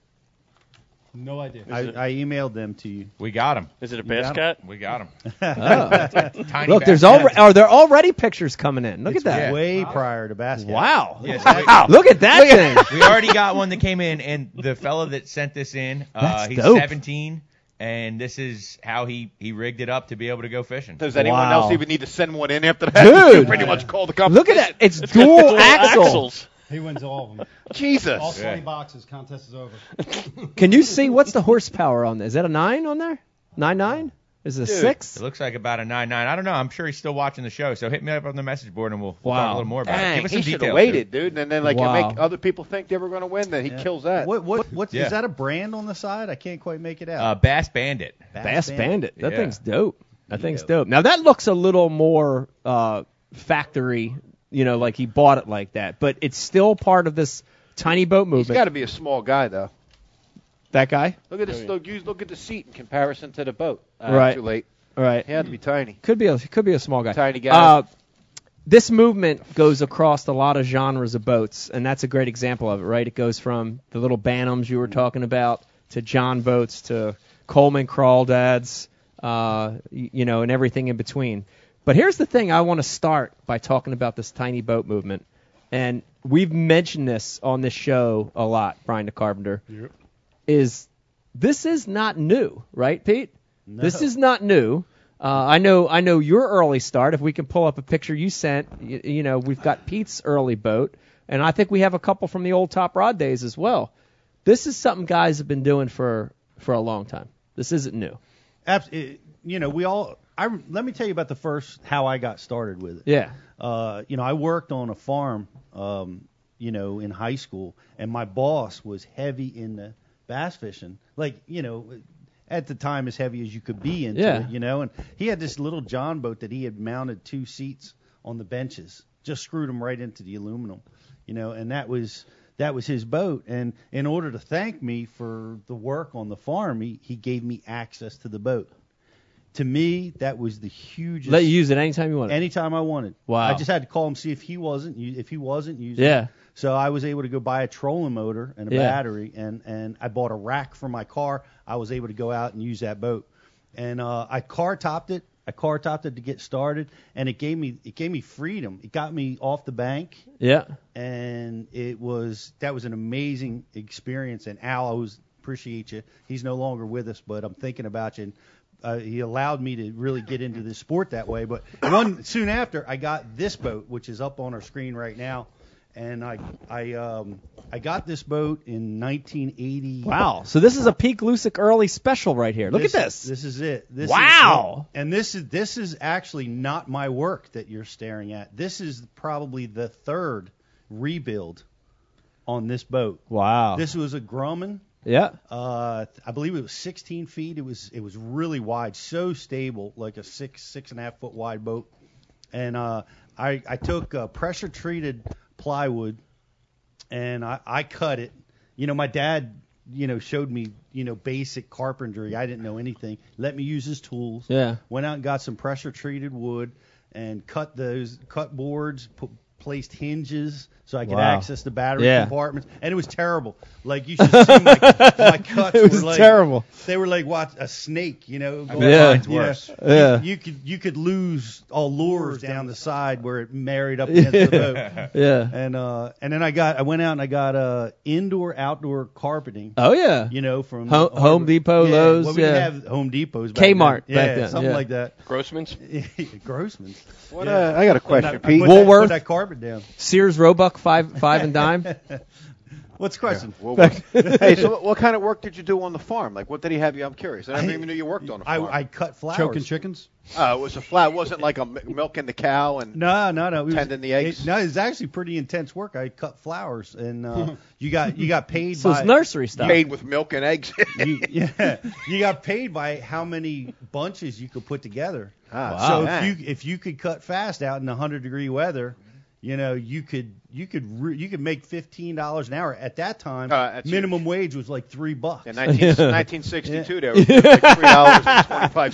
Speaker 7: No idea.
Speaker 3: I, I emailed them to you.
Speaker 10: We got him.
Speaker 4: Is it a
Speaker 3: You got
Speaker 4: basket?
Speaker 10: We got him.
Speaker 2: Oh.
Speaker 10: Tiny
Speaker 2: Look, there's
Speaker 10: basket.
Speaker 2: already are there already pictures coming in? Look
Speaker 3: It's
Speaker 2: at that.
Speaker 3: Way prior to basketball.
Speaker 2: Wow.
Speaker 10: Yes,
Speaker 2: wow. Look at that thing.
Speaker 10: we already got one that came in, and the fellow that sent this in, uh,
Speaker 2: That's
Speaker 10: he's
Speaker 2: dope.
Speaker 10: 17, and this is how he he rigged it up to be able to go fishing.
Speaker 5: Does anyone
Speaker 2: Wow.
Speaker 5: else even need to send one in after that?
Speaker 2: Dude.
Speaker 5: You pretty much called the company.
Speaker 2: Look at that. It's dual, axle.
Speaker 7: He wins all of them.
Speaker 5: Jesus.
Speaker 7: All 20 boxes. Contest is over.
Speaker 2: Can you see what's the horsepower on this? Is that a nine on there? Nine nine? Is it a
Speaker 10: Dude,
Speaker 2: six?
Speaker 10: It looks like about a nine nine. I don't know. I'm sure he's still watching the show, so hit me up on the message board and we'll, we'll talk
Speaker 2: Wow.
Speaker 10: a little more about
Speaker 2: Dang,
Speaker 10: it. Give us
Speaker 5: He
Speaker 10: some
Speaker 5: should
Speaker 10: details.
Speaker 5: have waited, dude, and then like you
Speaker 2: Wow.
Speaker 5: make other people think they were going to win. Then he
Speaker 3: Yeah.
Speaker 5: kills that.
Speaker 3: What what what's
Speaker 10: Yeah.
Speaker 3: is that a brand on the side? I can't quite make it out.
Speaker 10: Uh, Bass Bandit.
Speaker 2: Bass Bandit. That
Speaker 10: Yeah.
Speaker 2: thing's dope. That thing's dope. Now that looks a little more uh, factory, you know, like he bought it like that, but it's still part of this tiny boat
Speaker 5: He's
Speaker 2: movement.
Speaker 5: got to be a small guy though.
Speaker 2: that guy,
Speaker 5: Look at this. Look, use- look at the seat in comparison to the boat. Uh,
Speaker 2: Right.
Speaker 5: Too late.
Speaker 2: All right?
Speaker 5: He had to be tiny.
Speaker 2: Could be a could be a small guy.
Speaker 5: Tiny guy.
Speaker 2: Uh, this movement goes across a lot of genres of boats, and that's a great example of it, right? It goes from the little Bantams you were talking about to John boats to Coleman crawdads, uh, y- you know, and everything in between. But here's the thing: I want to start by talking about this tiny boat movement, and we've mentioned this on this show a lot, Brian the Carpenter. Is this is not new, right, Pete? This is not new. Uh, I know. I know your early start. If we can pull up a picture you sent, you, you know we've got Pete's early boat, and I think we have a couple from the old Top Rod days as well. This is something guys have been doing for for a long time. This isn't new.
Speaker 3: Abs- it- you know, we all. I let me tell you about the first how I got started with it.
Speaker 2: Yeah.
Speaker 3: Uh, you know, I worked on a farm. Um, you know, in high school, and my boss was heavy into bass fishing. Like, you know, at the time as heavy as you could be into
Speaker 2: Yeah.
Speaker 3: it. You know, and he had this little John boat that he had mounted two seats on the benches, just screwed them right into the aluminum. You know, and that was that was his boat. And in order to thank me for the work on the farm, he, he gave me access to the boat. To me, that was the hugest.
Speaker 2: Let you use it anytime you want. it.
Speaker 3: Anytime I wanted.
Speaker 2: Wow.
Speaker 3: I just had to call him see if he wasn't u- if he wasn't using.
Speaker 2: Yeah.
Speaker 3: It. So I was able to go buy a trolling motor and a
Speaker 2: Yeah.
Speaker 3: battery, and and I bought a rack for my car. I was able to go out and use that boat, and uh, I car topped it. I car topped it to get started, and it gave me it gave me freedom. It got me off the bank,
Speaker 2: Yeah.
Speaker 3: and it was that was an amazing experience. And Al, I always appreciate you. He's no longer with us, but I'm thinking about you. And, uh, he allowed me to really get into this sport that way. But one soon after, I got this boat, which is up on our screen right now, and I I um I got this boat in 1980.
Speaker 2: Wow. So this is a peak Lusick early special right here. Look at this.
Speaker 3: This is it. This is
Speaker 2: Wow.
Speaker 3: it. and this is this is actually not my work that you're staring at. This is probably the third rebuild on this boat.
Speaker 2: Wow.
Speaker 3: This was a Grumman.
Speaker 2: yeah.
Speaker 3: Uh, I believe it was 16 feet. It was it was really wide, so stable, like a six six and a half foot wide boat. And uh, I I took uh, pressure treated plywood, and I I cut it. You know, my dad you know showed me you know basic carpentry. I didn't know anything. Let me use his tools.
Speaker 2: Yeah.
Speaker 3: Went out and got some pressure treated wood and cut those cut boards. Put, Placed hinges so I could
Speaker 2: Wow.
Speaker 3: access the battery
Speaker 2: Yeah.
Speaker 3: compartments, and it was terrible. Like you should see my, my cuts
Speaker 2: It was
Speaker 3: were like
Speaker 2: terrible.
Speaker 3: They were like watch a snake, you know.
Speaker 2: bet Yeah. mine's
Speaker 3: You know,
Speaker 2: worse.
Speaker 3: you-
Speaker 2: Yeah.
Speaker 3: You, could you could lose all lures down the side where it married up against the boat.
Speaker 2: Yeah.
Speaker 3: And uh and then I got I went out and I got uh indoor outdoor carpeting.
Speaker 2: Oh, yeah.
Speaker 3: You know from
Speaker 2: Ho-
Speaker 3: Harbor-
Speaker 2: Home Depot,
Speaker 3: yeah,
Speaker 2: Lowe's,
Speaker 3: Well, we
Speaker 2: yeah.
Speaker 3: didn't have Home Depots. Back
Speaker 2: Kmart
Speaker 3: Then.
Speaker 2: back
Speaker 3: yeah,
Speaker 2: then,
Speaker 3: Something
Speaker 2: yeah.
Speaker 3: like that.
Speaker 5: Grossman's.
Speaker 3: Grossman's.
Speaker 5: What?
Speaker 3: Yeah.
Speaker 5: Uh, I got a
Speaker 3: Put
Speaker 5: question,
Speaker 3: that-
Speaker 5: Pete.
Speaker 3: put that- put
Speaker 2: Woolworth?
Speaker 3: that carpet down.
Speaker 2: Sears Roebuck five five and dime.
Speaker 3: What's the question?
Speaker 5: Well, what- hey, so what, what kind of work did you do on the farm? Like, what did he have you? I'm curious. I never even knew you worked on a
Speaker 3: I,
Speaker 5: farm.
Speaker 3: I cut flowers.
Speaker 7: Choking chickens?
Speaker 5: Uh, it was a flat. It wasn't like a m- milking the cow and
Speaker 3: No, no, no. It was-
Speaker 5: Tending the eggs?
Speaker 3: it- no, it's actually pretty intense work. I cut flowers, and uh, you got you got paid. by,
Speaker 5: Made with milk and eggs.
Speaker 3: You, yeah, you got paid by how many bunches you could put together.
Speaker 5: Ah,
Speaker 3: so
Speaker 5: wow.
Speaker 3: if you if you could cut fast out in 100 degree weather, you know you could you could re- you could make fifteen dollars an hour at that time.
Speaker 5: Uh, that's
Speaker 3: minimum wage was like three bucks.
Speaker 5: In 19, 1962, they were like three dollars and twenty-five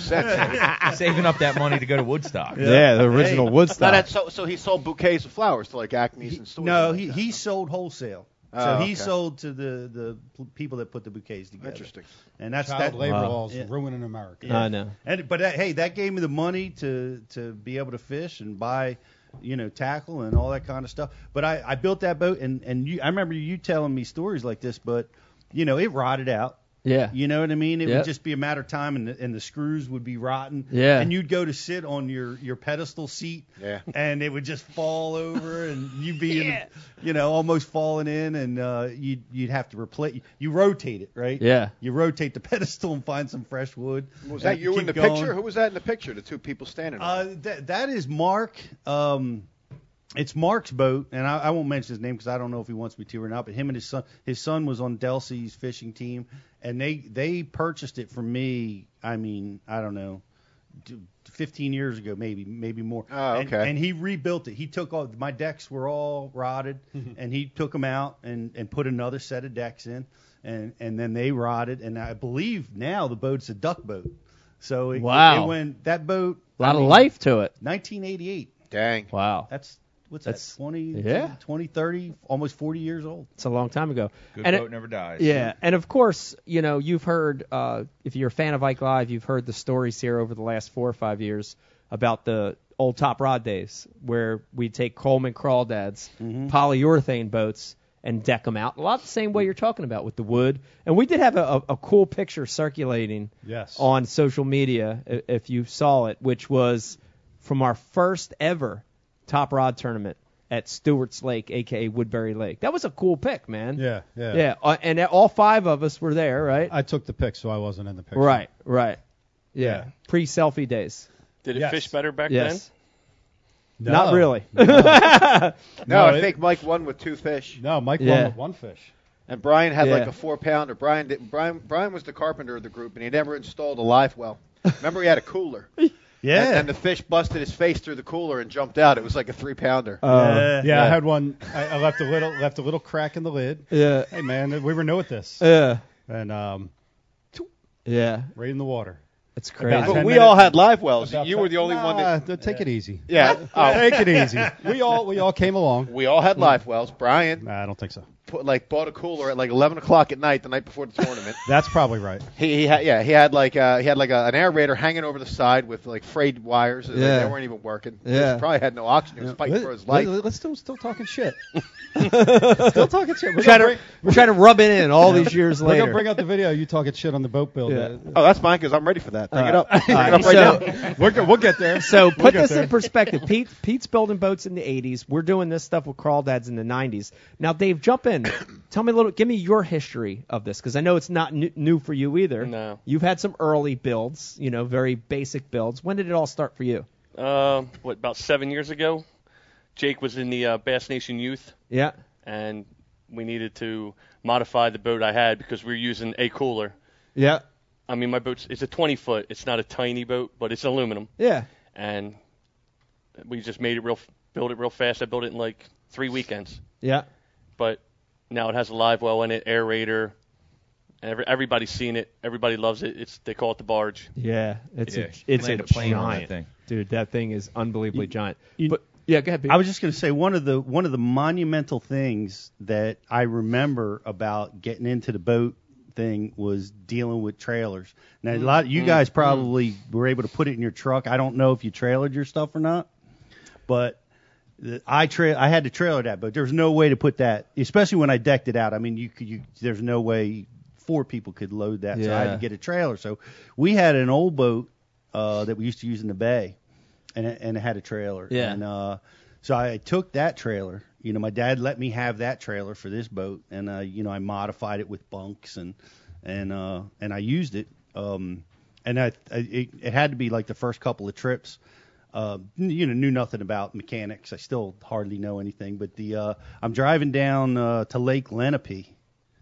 Speaker 5: cents.
Speaker 10: Saving up that money to go to Woodstock.
Speaker 2: Yeah, the original
Speaker 5: Hey.
Speaker 2: Woodstock.
Speaker 5: Now, that's- so, so he sold bouquets of flowers to like Acme's and stores.
Speaker 3: No, he he sold wholesale. so
Speaker 5: Oh,
Speaker 3: he
Speaker 5: okay.
Speaker 3: sold to the the pl- people that put the bouquets together.
Speaker 5: Interesting.
Speaker 3: And that's
Speaker 7: Child
Speaker 3: that
Speaker 7: labor
Speaker 3: Wow.
Speaker 7: laws
Speaker 3: Yeah.
Speaker 7: ruining America.
Speaker 3: Yeah. And but that, hey, that gave me the money to to be able to fish and buy, you know, tackle and all that kind of stuff. But I I built that boat and and you I remember you telling me stories like this, but you know it rotted out.
Speaker 2: Yeah.
Speaker 3: You know what I mean? It
Speaker 2: Yep.
Speaker 3: would just be a matter of time, and the, and the screws would be rotten.
Speaker 2: Yeah.
Speaker 3: And you'd go to sit on your your pedestal seat.
Speaker 5: Yeah.
Speaker 3: And it would just fall over, and you'd be, in- you know, almost falling in, and uh, you'd you'd have to replace. You rotate it, right?
Speaker 2: Yeah.
Speaker 3: You rotate the pedestal and find some fresh wood.
Speaker 5: Was
Speaker 3: and
Speaker 5: that you
Speaker 3: keep
Speaker 5: in the
Speaker 3: going.
Speaker 5: picture? Who was that in the picture? The two people standing. on
Speaker 3: Uh, that, that is Mark. Um, it's Mark's boat, and I, I won't mention his name because I don't know if he wants me to or not. But him and his son, his son was on Delsey's fishing team, and they they purchased it from me. I mean, I don't know, d- 15 years ago, maybe maybe more.
Speaker 5: Oh,
Speaker 3: And-
Speaker 5: okay.
Speaker 3: And, he rebuilt it. He took all my decks were all rotted, and he took them out and and put another set of decks in, and and then they rotted. And I believe now the boat's a duck boat. So it,
Speaker 2: Wow.
Speaker 3: it went that boat.
Speaker 2: A lot of life to it.
Speaker 3: 1988.
Speaker 5: Dang.
Speaker 2: Wow.
Speaker 3: That's what's
Speaker 2: That's-
Speaker 3: that? 20,
Speaker 2: yeah.
Speaker 3: 20, 30, almost 40 years old.
Speaker 2: It's a long time ago.
Speaker 10: Good
Speaker 2: And
Speaker 10: boat
Speaker 2: it-
Speaker 10: never dies.
Speaker 2: Yeah, and of course, you know, you've heard uh, if you're a fan of Ike Live, you've heard the stories here over the last four or five years about the old top rod days where we take Coleman crawdads,
Speaker 10: Mm-hmm.
Speaker 2: polyurethane boats, and deck them out. A lot the same way you're talking about with the wood. And we did have a, a, a cool picture circulating
Speaker 7: Yes.
Speaker 2: on social media i- if you saw it, which was from our first ever top rod tournament at Stewart's Lake, aka Woodbury Lake. That was a cool pick, man.
Speaker 7: Yeah, yeah.
Speaker 2: Yeah, uh, and all five of us were there, right?
Speaker 7: I took the pic, so I wasn't in the picture.
Speaker 2: Right, right. Yeah. Pre-selfie days.
Speaker 4: Did it
Speaker 7: Yes.
Speaker 4: fish better back
Speaker 2: yes.
Speaker 7: then?
Speaker 2: Not
Speaker 7: No.
Speaker 2: really.
Speaker 5: it. No, I
Speaker 7: it-
Speaker 5: think Mike won with two fish.
Speaker 7: No, Mike
Speaker 2: Yeah.
Speaker 7: won with one fish.
Speaker 5: And Brian had like
Speaker 2: Yeah.
Speaker 5: a four pounder. Brian did, Brian Brian was the carpenter of the group, and he never installed a live well. Remember, he had a cooler.
Speaker 7: Yeah.
Speaker 5: And, and the fish busted his face through the cooler and jumped out. It was like a three pounder.
Speaker 7: Uh,
Speaker 2: Uh,
Speaker 7: yeah, I had one. I, I left a little left a little crack in the lid.
Speaker 2: Yeah.
Speaker 7: Hey man, we were new at this.
Speaker 2: Yeah.
Speaker 7: And um, toop,
Speaker 2: Yeah.
Speaker 7: right in the water.
Speaker 2: It's
Speaker 5: But we all had live wells. You were the only one that.
Speaker 7: take it easy.
Speaker 5: Yeah. Oh.
Speaker 7: Take it easy. We all we all came along.
Speaker 5: We all had live wells. Brian.
Speaker 7: Hmm. Nah, I don't think so.
Speaker 5: put, like bought a cooler at like 11 o'clock at night the night before the tournament.
Speaker 7: That's probably right.
Speaker 5: He, he had yeah he had like uh, he had like a, an aerator hanging over the side with like frayed wires. Like,
Speaker 7: Yeah.
Speaker 5: they weren't even working.
Speaker 7: Yeah.
Speaker 5: He probably had no oxygen. He was fighting for his life.
Speaker 7: Let, us still still talking shit. still talking shit.
Speaker 5: We're trying to-
Speaker 2: we're trying to rub it in all these years
Speaker 7: We're
Speaker 2: later.
Speaker 7: gonna bring out the video. of You talking shit on the boat build.
Speaker 5: Oh, that's fine because I'm ready for that. Bring it
Speaker 7: Uh,
Speaker 5: up. Bring
Speaker 7: all
Speaker 5: it up
Speaker 7: right,
Speaker 5: right
Speaker 7: so-
Speaker 5: now.
Speaker 7: We're go- we'll get there.
Speaker 2: So
Speaker 7: We'll
Speaker 2: put
Speaker 7: get
Speaker 2: this
Speaker 7: there.
Speaker 2: in perspective. Pete, Pete's building boats in the 80s. We're doing this stuff with crawl dads in the 90s. Now, Dave, jump in. Tell me a little. Give me your history of this because I know it's not new, new for you either. No. You've had some early builds, you know, very basic builds. When did it all start for you?
Speaker 4: Uh, what about seven years ago? Jake was in the uh, Bass Nation Youth,
Speaker 2: Yeah.
Speaker 4: and we needed to modify the boat I had because we were using a cooler.
Speaker 2: Yeah.
Speaker 4: I mean, my boat's it's a 20 foot. It's not a tiny boat, but it's aluminum,
Speaker 2: Yeah.
Speaker 4: and we just made it real, built it real fast. I built it in like three weekends,
Speaker 2: Yeah.
Speaker 4: but now it has a live well in it, aerator. Every, everybody's seen it. Everybody loves it. It's they call it the barge.
Speaker 2: Yeah. It's
Speaker 4: Yeah,
Speaker 2: a it's a,
Speaker 4: land a plane on
Speaker 2: giant
Speaker 4: that thing.
Speaker 2: dude. That thing is unbelievably giant. but yeah, go ahead. Pete.
Speaker 3: I was just going to say one of the one of the monumental things that I remember about getting into the boat thing was dealing with trailers. Now a
Speaker 2: Mm-hmm.
Speaker 3: lot you
Speaker 7: Mm,
Speaker 3: guys
Speaker 7: mm.
Speaker 3: probably were able to put it in your truck. I don't know if you trailered your stuff or not, but the- I tra- I had to trailer that, but there's no way to put that, especially when I decked it out. I mean, you could you there's no way four people could load that, so I had
Speaker 7: Yeah.
Speaker 3: to get a trailer. So we had an old boat uh, that we used to use in the bay, and it, and it had a trailer.
Speaker 7: Yeah.
Speaker 3: And uh, so I took that trailer. You know, my dad let me have that trailer for this boat, and uh, you know, I modified it with bunks and and uh, and I used it. Um, and I, I it, it had to be like the first couple of trips. Uh, n- you know, knew nothing about mechanics. I still hardly know anything. But the uh, I'm driving down uh, to Lake Lenape,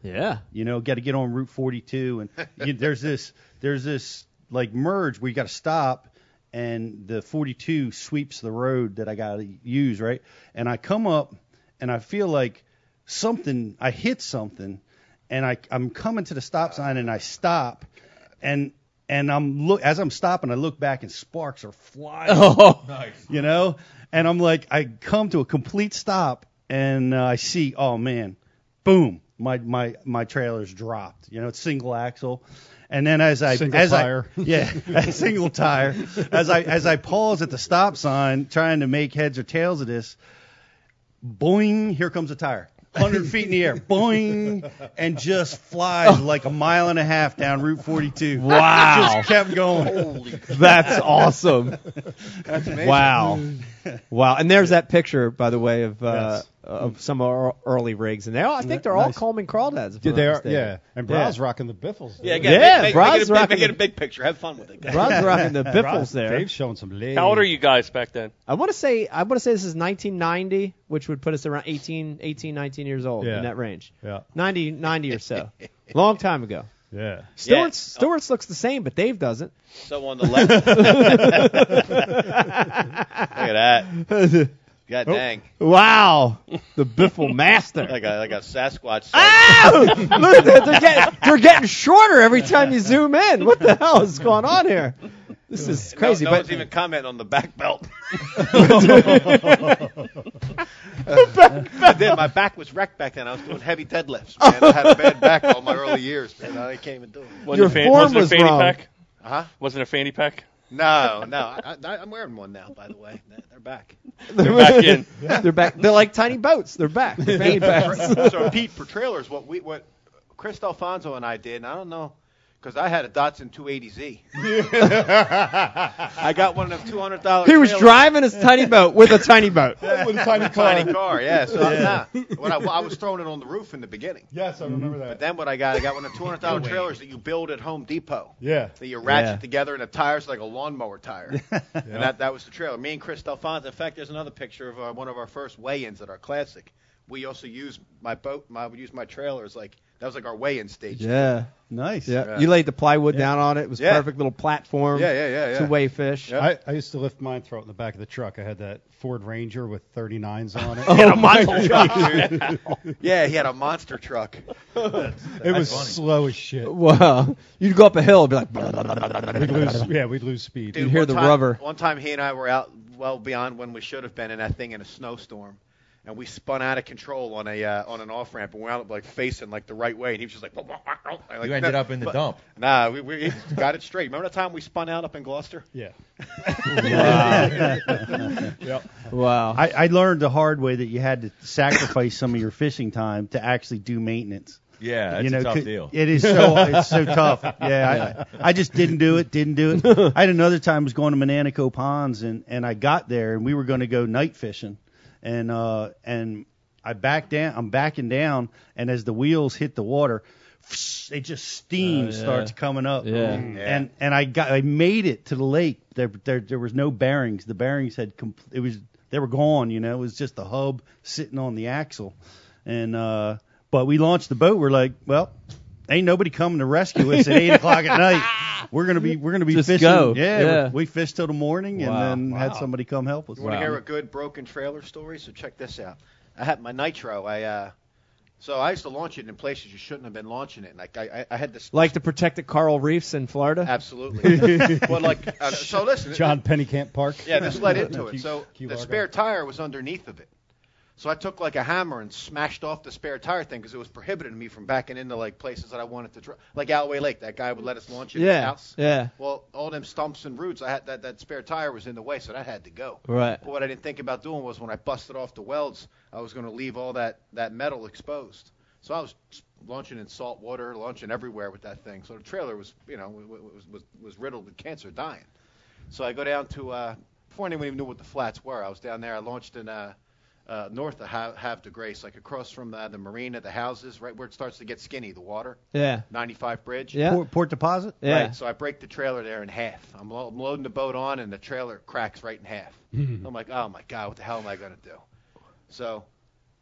Speaker 2: Yeah.
Speaker 3: you know, got to get on Route 42, and you, there's this there's this like merge where you got to stop, and the 42 sweeps the road that I got to use, right? And I come up, and I feel like something, I hit something, and I I'm coming to the stop sign, and I stop, and and I'm look as I'm stopping, I look back, and sparks are flying,
Speaker 2: Oh.
Speaker 7: Nice.
Speaker 3: you know, and I'm like, I come to a complete stop, and uh, I see, oh man boom, my my my trailer's dropped. You know, it's single axle. And then as I
Speaker 7: Single
Speaker 3: as
Speaker 7: tire.
Speaker 3: I, yeah, a single tire. As I as I pause at the stop sign, trying to make heads or tails of this, boing, here comes a tire. 100 feet in the air, boing, and just flies like a mile and a half down Route 42.
Speaker 2: Wow.
Speaker 3: Just kept going.
Speaker 2: That's awesome.
Speaker 3: That's amazing.
Speaker 2: Wow. Wow. And there's that picture, by the way, of uh,
Speaker 7: Yes.
Speaker 2: of some of our early rigs, and they all, I think they're all
Speaker 7: Nice.
Speaker 2: Coleman crawdads. if
Speaker 7: Dude,
Speaker 2: I'm
Speaker 7: they
Speaker 2: not
Speaker 7: are-
Speaker 2: mistaken.
Speaker 7: yeah. And Brad's rocking the biffles.
Speaker 2: Yeah,
Speaker 5: again,
Speaker 2: yeah,
Speaker 5: make- make-
Speaker 2: Brad's
Speaker 5: make it a big-
Speaker 2: rocking
Speaker 5: make it a big picture. Have fun with it. guys.
Speaker 2: Brad's rocking the biffles
Speaker 7: Brad's-
Speaker 2: there.
Speaker 7: Dave's showing some legs.
Speaker 4: How old are you guys back then?
Speaker 2: I want to say I want to say this is 1990, which would put us around 18, 18, 19 years old
Speaker 7: Yeah.
Speaker 2: in that range.
Speaker 7: Yeah.
Speaker 2: 90, 90 or so. Long time ago.
Speaker 7: Yeah.
Speaker 2: Stewart's Stewart's looks the same, but Dave doesn't.
Speaker 5: So on the left. Look at that. God
Speaker 2: Oh.
Speaker 5: dang.
Speaker 2: Wow, the Biffle master.
Speaker 5: Like a like a Sasquatch.
Speaker 2: Look, they're, they're, getting, they're getting shorter every time you zoom in. What the hell is going on here? This is
Speaker 5: No-
Speaker 2: crazy.
Speaker 5: No,
Speaker 2: but
Speaker 5: one's even commenting on the back belt. I did. My back was wrecked back then. I was doing heavy deadlifts, man. I had a bad back all my early years, man. I can't even do it.
Speaker 4: Wasn't it fan- wasn't it fanny pack?
Speaker 5: Huh?
Speaker 4: Wasn't it a fanny pack?
Speaker 5: Oh, No, no. I, I, I'm wearing one now, by the way. They're back.
Speaker 4: They're back in.
Speaker 2: they're back. They're like tiny boats. They're back. They're fanny packs.
Speaker 5: so Pete for trailers, what we what Chris Alfonso and I did, and I don't know, because I had a Datsun 280Z. I got one of them $200.
Speaker 2: he was
Speaker 5: trailers.
Speaker 2: driving his tiny boat with a tiny boat.
Speaker 5: With a tiny car. yeah. So I'm not- when I, I was throwing it on the roof in the beginning.
Speaker 7: Yes, I remember that.
Speaker 5: But then what I got, I got one of the $200 trailers that you build at Home Depot.
Speaker 7: Yeah.
Speaker 5: That you ratchet
Speaker 7: Yeah.
Speaker 5: together, and the tire's like a lawnmower tire. And that, that was the trailer. Me and Chris Delfonte. In fact, there's another picture of uh, one of our first weigh-ins at our classic. We also used my boat. My, we used my trailer as like that was like our weigh-in stage.
Speaker 2: Yeah.
Speaker 3: Nice.
Speaker 2: Yeah.
Speaker 5: Yeah.
Speaker 2: You laid the plywood down on it. It was
Speaker 5: Yeah.
Speaker 2: perfect little platform.
Speaker 5: Yeah, yeah, yeah, yeah.
Speaker 2: To weigh fish.
Speaker 7: I, I used to lift mine, throw it in the back of the truck. I had that Ford Ranger with 39s on it.
Speaker 5: He had a monster truck, dude. yeah, he had a monster truck.
Speaker 7: It was slow as shit.
Speaker 2: Wow. You'd go up a hill and be like.
Speaker 7: We'd lose, yeah, we'd lose speed.
Speaker 5: Dude, one time- One time he and I were out well beyond when we should have been in that thing in a snowstorm. and we spun out of control on a uh, on an off ramp, and we wound up like facing like the right way, and he was just like. "Wah, wah, wah, wah." Like,
Speaker 10: You ended
Speaker 5: no,
Speaker 10: up in the
Speaker 5: but-
Speaker 10: dump.
Speaker 5: Nah, we, we got it straight. Remember the time we spun out up in Gloucester?
Speaker 7: Yeah.
Speaker 5: yep.
Speaker 2: Wow.
Speaker 3: I, I learned the hard way that you had to sacrifice some of your fishing time to actually do maintenance.
Speaker 10: Yeah, that's
Speaker 3: you
Speaker 10: a
Speaker 3: know,
Speaker 10: tough
Speaker 3: could-
Speaker 10: deal.
Speaker 3: It is so it's so tough. Yeah, I, I just didn't do it. Didn't do it. I had another time I was going to Mananico Ponds and and I got there and we were going to go night fishing, and uh and I back down. I'm backing down and as the wheels hit the water, they just steam
Speaker 1: Oh, yeah.
Speaker 3: starts coming up.
Speaker 1: Yeah.
Speaker 10: Mm,
Speaker 3: And and I got I made it to the lake. There there there was no bearings. The bearings had compl- it was they were gone, you know. It was just the hub sitting on the axle. And uh but we launched the boat. We're like, well, ain't nobody coming to rescue us at eight o'clock at night. We're gonna be we're gonna be
Speaker 2: Just
Speaker 3: fishing.
Speaker 2: go.
Speaker 3: Yeah,
Speaker 2: Yeah.
Speaker 3: We, we fished till the morning
Speaker 2: Wow.
Speaker 3: and then had
Speaker 5: Wow.
Speaker 3: somebody come help us.
Speaker 5: You want to hear a good broken trailer story? So check this out. I had my nitro. I uh, so I used to launch it in places you shouldn't have been launching it. Like I, I, I had this.
Speaker 2: Like the protected coral reefs in Florida?
Speaker 5: Absolutely. well, like uh, so. Listen,
Speaker 7: John Pennycamp Park.
Speaker 5: Yeah, this led into it.
Speaker 7: Q-
Speaker 5: So
Speaker 7: Q
Speaker 5: the
Speaker 7: Vargo.
Speaker 5: spare tire was underneath of it. So I took like a hammer and smashed off the spare tire thing because it was prohibiting me from backing into like places that I wanted to drive, like Alway Lake. That guy would let us launch it in
Speaker 2: Yeah,
Speaker 5: the house.
Speaker 2: yeah.
Speaker 5: Well, all them stumps and roots, I had that that spare tire was in the way, so that had to go.
Speaker 2: Right.
Speaker 5: But what I didn't think about doing was when I busted off the welds, I was going to leave all that that metal exposed. So I was launching in salt water, launching everywhere with that thing. So the trailer was, you know, w- w- was was, was riddled with cancer, dying. So I go down to uh, before anyone even knew what the flats were. I was down there. I launched in uh, uh, north of Have, Have de Grace, like across from uh, the, the marina, the houses, right where it starts to get skinny, the water.
Speaker 2: Yeah.
Speaker 5: 95 bridge.
Speaker 3: Port, port deposit.
Speaker 5: Right. So I break the trailer there in half. I'm, lo- I'm loading the boat on, and the trailer cracks right in half.
Speaker 3: Mhm.
Speaker 5: I'm like, oh my god, what the hell am I gonna do? So,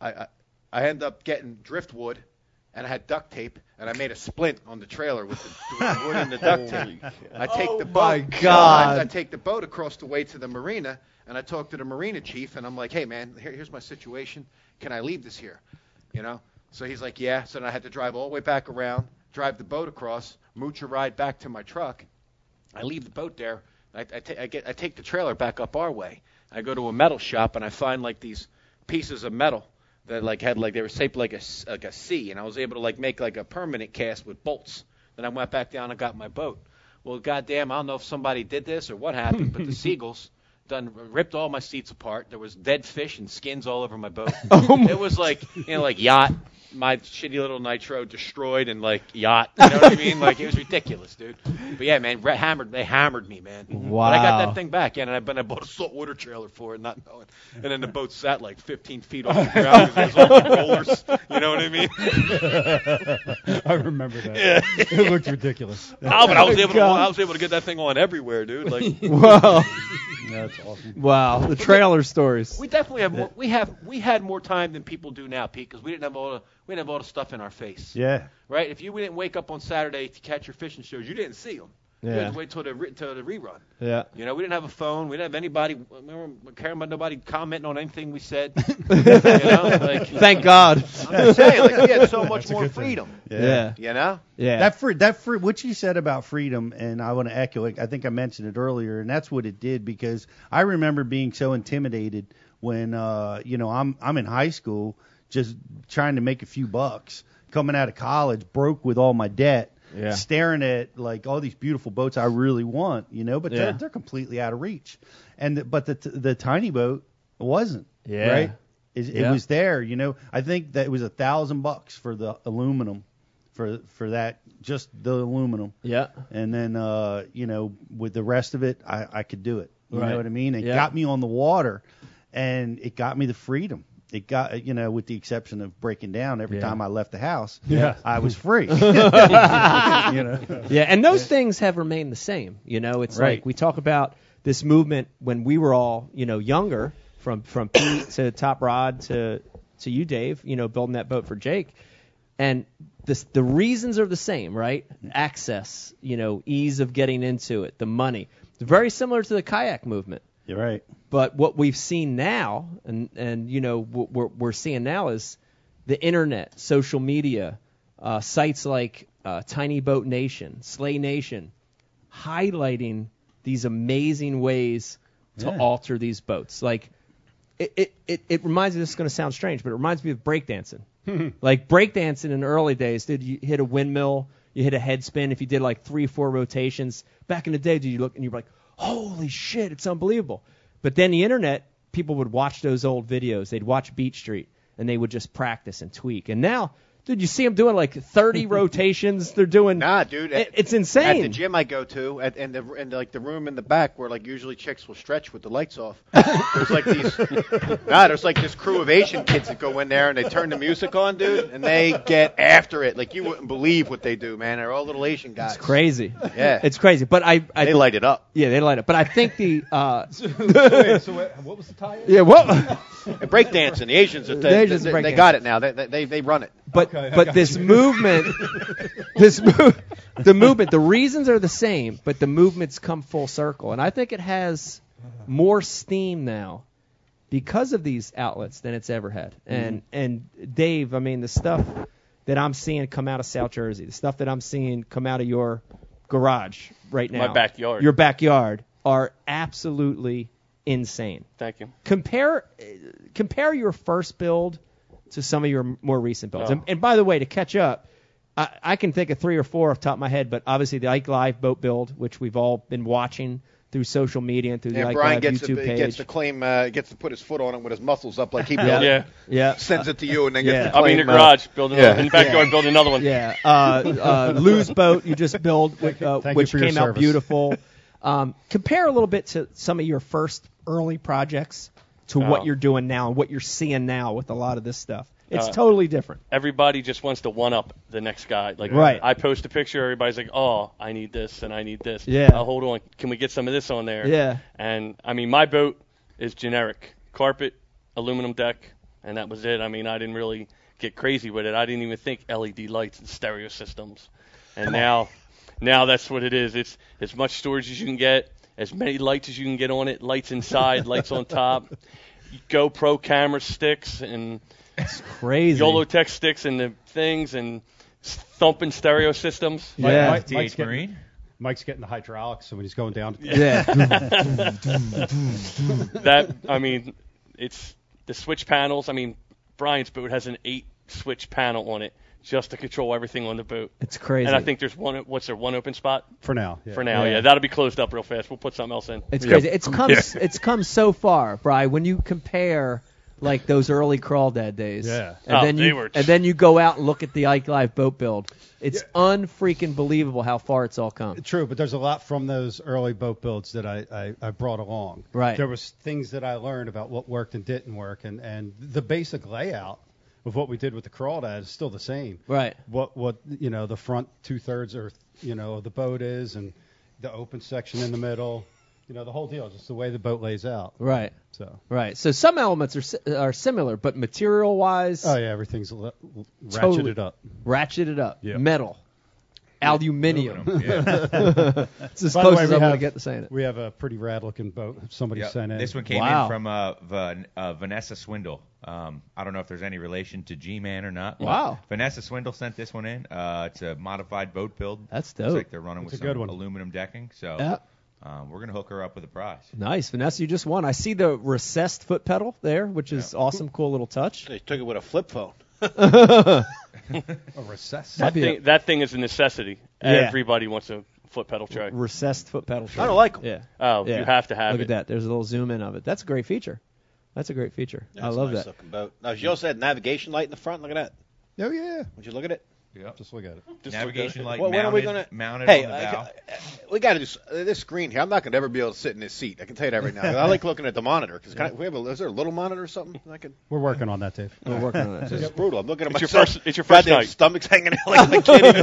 Speaker 5: I, I I end up getting driftwood, and I had duct tape, and I made a splint on the trailer with the, with the wood and the duct tape. I take the boat.
Speaker 2: my
Speaker 5: I,
Speaker 2: God.
Speaker 5: I take the boat across the way to the marina, and I talk to the marina chief, and I'm like, hey man, here, here's my situation. Can I leave this here? You know. So he's like, yeah. So then I had to drive all the way back around, drive the boat across, mooch a ride back to my truck. I leave the boat there. I, I, ta- I get I take the trailer back up our way. I go to a metal shop and I find like these pieces of metal that like had like they were shaped like a s- like a C, and I was able to like make like a permanent cast with bolts. Then I went back down and got my boat. Well, goddamn, I don't know if somebody did this or what happened, but the seagulls done ripped all my seats apart. There was dead fish and skins all over my boat. it was like you know like yacht. My shitty little nitro destroyed and like yacht. You know what I mean? Like it was ridiculous, dude. But yeah, man, re- hammered. They hammered me, man.
Speaker 2: Wow.
Speaker 5: But I got that thing back, yeah, and I, but I bought a saltwater trailer for it, not knowing. And then the boat sat like 15 feet off the ground 'cause it was on the rollers. You know what I mean?
Speaker 7: I remember that.
Speaker 5: Yeah.
Speaker 7: It looked ridiculous.
Speaker 5: Oh, but I was able to.
Speaker 7: God.
Speaker 5: I was able to get that thing on everywhere, dude. Like.
Speaker 2: Wow.
Speaker 7: That's awesome.
Speaker 2: Wow. The trailer stories.
Speaker 5: We definitely have more, we have we had more time than people do now, Pete, because we didn't have all the we didn't have all the stuff in our face.
Speaker 3: Yeah.
Speaker 5: Right? If you didn't wake up on Saturday to catch your fishing shows, you didn't see them. You
Speaker 2: Yeah.
Speaker 5: had to wait till the re- till the rerun.
Speaker 2: Yeah.
Speaker 5: You know, we didn't have a phone. We didn't have anybody. We weren't caring about nobody commenting on anything we said. you know, like,
Speaker 2: Thank God.
Speaker 5: I'm just saying, like, we had so much
Speaker 2: That's a
Speaker 5: more
Speaker 2: good thing.
Speaker 5: freedom.
Speaker 2: Yeah.
Speaker 5: You know?
Speaker 2: Yeah.
Speaker 3: That free, that free, what you said about freedom, and I want to echo it. I think I mentioned it earlier, and that's what it did because I remember being so intimidated when, uh, you know, I'm I'm in high school, just trying to make a few bucks, coming out of college, broke with all my debt.
Speaker 2: Yeah.
Speaker 3: Staring at like all these beautiful boats I really want, you know, but they're,
Speaker 2: Yeah.
Speaker 3: they're completely out of reach. And the, but the the tiny boat wasn't.
Speaker 2: Yeah.
Speaker 3: Right. It, it
Speaker 2: Yeah.
Speaker 3: was there, you know. I think that it was a thousand bucks for the aluminum, for for that just the aluminum.
Speaker 2: Yeah.
Speaker 3: And then uh, you know, with the rest of it, I I could do it. You
Speaker 2: Right.
Speaker 3: know what I mean? It
Speaker 2: Yeah.
Speaker 3: got me on the water, and it got me the freedom. It got you know, with the exception of breaking down every time I left the house.
Speaker 2: Yeah.
Speaker 3: I was free. You know?
Speaker 2: Yeah, and those things have remained the same. You know, it's
Speaker 3: Right.
Speaker 2: like we talk about this movement when we were all, you know, younger, from from Pete to Top Rod to to you, Dave. You know, building that boat for Jake, and this the reasons are the same, right? Access, you know, ease of getting into it, the money. It's very similar to the kayak movement.
Speaker 3: You're right.
Speaker 2: But what we've seen now, and and you know what we're we're seeing now is the internet, social media, uh, sites like uh, Tiny Boat Nation, Slay Nation, highlighting these amazing ways to
Speaker 3: Yeah.
Speaker 2: alter these boats. Like it, it, it, it reminds me, this is going to sound strange, but it reminds me of breakdancing. like breakdancing in the early days, did you hit a windmill, you hit a head spin. If you did like three, four rotations, back in the day, did you look and you were like, holy shit, it's unbelievable. But then the internet, people would watch those old videos. They'd watch Beat Street and they would just practice and tweak. And now, dude, you see them doing like 30 rotations. They're doing.
Speaker 5: Nah, dude,
Speaker 2: it- it's
Speaker 5: At
Speaker 2: insane.
Speaker 5: the gym I go to, at, and the and like the room in the back where like usually chicks will stretch with the lights off. there's like these, nah, there's like this crew of Asian kids that go in there and they turn the music on, dude, and they get after it. Like you wouldn't believe what they do, man. They're all little Asian guys.
Speaker 2: It's crazy.
Speaker 5: Yeah.
Speaker 2: It's crazy. But I, I
Speaker 5: They light it up.
Speaker 2: Yeah, they light it up. But I think the uh
Speaker 7: Wait, so what, what was the tie?
Speaker 2: Yeah, well
Speaker 5: Breakdancing, the Asians, are
Speaker 2: The
Speaker 5: they, they,
Speaker 2: Asians
Speaker 5: they,
Speaker 2: break
Speaker 5: got
Speaker 2: dancing.
Speaker 5: it now. They they, they, they run it.
Speaker 2: but
Speaker 5: Okay, I
Speaker 2: but
Speaker 5: got
Speaker 2: this
Speaker 5: you.
Speaker 2: movement this move the movement the reasons are the same but the movements come full circle and i think it has more steam now because of these outlets than it's ever had
Speaker 5: Mm-hmm.
Speaker 2: and and dave i mean the stuff that i'm seeing come out of south jersey the stuff that i'm seeing come out of your garage right
Speaker 4: My
Speaker 2: now
Speaker 4: backyard.
Speaker 2: your backyard are absolutely insane
Speaker 4: Thank you.
Speaker 2: compare uh, compare your first build to some of your m- more recent builds.
Speaker 4: Oh.
Speaker 2: And, and by the way, to catch up, I, I can think of three or four off the top of my head, but obviously the Ike Live boat build, which we've all been watching through social media and through the
Speaker 5: Yeah,
Speaker 2: Ike
Speaker 5: Brian
Speaker 2: Live
Speaker 5: gets
Speaker 2: YouTube
Speaker 5: to,
Speaker 2: page.
Speaker 5: gets to claim, uh, gets to put his foot on it with his muscles up like he
Speaker 2: yeah.
Speaker 5: built
Speaker 2: yeah,
Speaker 5: it. Sends it to you and then gets
Speaker 2: Yeah.
Speaker 5: to
Speaker 2: I'll be in
Speaker 5: claim,
Speaker 2: the
Speaker 5: uh,
Speaker 4: garage building
Speaker 5: yeah.
Speaker 4: another- in the backyard building another one.
Speaker 2: Yeah, uh, uh, lose boat you just build, which, uh,
Speaker 4: Thank you
Speaker 2: which
Speaker 4: for your
Speaker 2: came out
Speaker 4: service.
Speaker 2: beautiful. Um, compare a little bit to some of your first early projects to
Speaker 4: Oh.
Speaker 2: what you're doing now and what you're seeing now with a lot of this stuff. It's
Speaker 4: Uh,
Speaker 2: totally different.
Speaker 4: Everybody just wants to one up the next guy. Like
Speaker 2: Right.
Speaker 4: I post a picture, everybody's like, "Oh, I need this and I need this."
Speaker 2: Yeah.
Speaker 4: Oh, hold on, can we get some of this on there?
Speaker 2: Yeah.
Speaker 4: And I mean, my boat is generic carpet, aluminum deck, and that was it. I mean, I didn't really get crazy with it. I didn't even think LED lights and stereo systems. And now, now that's what it is. It's as much storage as you can get, as many lights as you can get on it. Lights inside, lights on top, GoPro camera sticks, and
Speaker 2: Crazy.
Speaker 4: YoloTech sticks and the things and s- thumping stereo systems.
Speaker 7: Mike- Mike- Mike's getting- Mike's getting the hydraulics when he's going down.
Speaker 4: Yeah. that I mean, it's the switch panels. I mean, Brian's boat has an eight switch panel on it just to control everything on the boat.
Speaker 2: It's crazy.
Speaker 4: And I think there's one. What's there? One open spot
Speaker 7: For now, yeah.
Speaker 4: For now,
Speaker 2: Yeah.
Speaker 4: yeah. That'll be closed up real fast. We'll put something else in.
Speaker 2: It's crazy. It's come it's come so far, Bry, when you compare like those early crawl dad days.
Speaker 4: Yeah.
Speaker 2: And
Speaker 4: Oh,
Speaker 2: then
Speaker 4: they
Speaker 2: you
Speaker 4: were-
Speaker 2: and then you go out and look at the Ike Live boat build. It's unfreaking believable how far it's all come.
Speaker 7: True, but there's a lot from those early boat builds that I, I, I brought along.
Speaker 2: Right.
Speaker 7: There was things that I learned about what worked and didn't work, and, and the basic layout of what we did with the crawdad is still the same.
Speaker 2: Right.
Speaker 7: What what you know the front two thirds or you know of the boat is, and the open section in the middle, you know the whole deal, just the way the boat lays out.
Speaker 2: Right.
Speaker 7: So.
Speaker 2: Right. So some elements are si- are similar, but material wise
Speaker 7: Oh yeah, everything's le- ratcheted
Speaker 2: totally-
Speaker 7: up.
Speaker 2: Ratcheted up. Metal. Aluminium. it's as
Speaker 7: By the
Speaker 2: close
Speaker 7: way,
Speaker 2: as
Speaker 7: we
Speaker 2: I'm gonna
Speaker 7: have-
Speaker 2: get to saying it.
Speaker 7: We have a pretty rad looking boat somebody
Speaker 10: Yep.
Speaker 7: sent in.
Speaker 10: This one came in from uh, Van, uh, Vanessa Swindle. Um, I don't know if there's any relation to G-Man or not. but
Speaker 2: Wow.
Speaker 10: Vanessa Swindle sent this one in. Uh, it's a modified boat build.
Speaker 2: That's
Speaker 10: Looks
Speaker 2: dope.
Speaker 10: like they're running
Speaker 2: That's
Speaker 10: with
Speaker 2: a good
Speaker 10: some
Speaker 2: one.
Speaker 10: aluminum decking. So
Speaker 2: Yeah.
Speaker 10: um, we're gonna hook her up with a prize.
Speaker 2: Nice, Vanessa. You just won. I see the recessed foot pedal there, which is awesome, cool little touch.
Speaker 5: They took it with a flip phone.
Speaker 7: a recess.
Speaker 4: That thing, that thing is a necessity.
Speaker 2: Yeah.
Speaker 4: Everybody wants a foot pedal tray.
Speaker 2: recessed foot pedal.
Speaker 4: I don't
Speaker 2: tray.
Speaker 4: like 'em.
Speaker 2: Yeah.
Speaker 4: Oh, you
Speaker 2: Yeah.
Speaker 4: have to have
Speaker 2: Look
Speaker 4: it.
Speaker 2: at that. There's a little zoom in of it. That's a great feature. That's a great feature. I love
Speaker 5: nice
Speaker 2: that.
Speaker 5: Looking boat. Now, you also had navigation light in the front. Look at that.
Speaker 7: Oh yeah.
Speaker 5: Would you look at it?
Speaker 10: Yeah.
Speaker 7: Just look at it.
Speaker 5: Just
Speaker 10: Navigation
Speaker 5: look at
Speaker 10: light
Speaker 5: it. Well, when are we
Speaker 10: mounted-
Speaker 5: gonna
Speaker 10: mounted
Speaker 5: hey,
Speaker 10: on the
Speaker 5: I-
Speaker 10: bow.
Speaker 5: I- we got to do s- uh, this screen here. I'm not going to ever be able to sit in this seat. I can tell you that right now. 'Cause I like looking at the monitor because we have a is there a little monitor or something? I could.
Speaker 7: We're working on that, Dave.
Speaker 2: We're working on
Speaker 5: This is brutal. I'm looking at
Speaker 4: It's your
Speaker 5: myself.
Speaker 4: first- it's your first
Speaker 5: Goddamn
Speaker 4: night.
Speaker 5: Stomach's hanging out like a kid.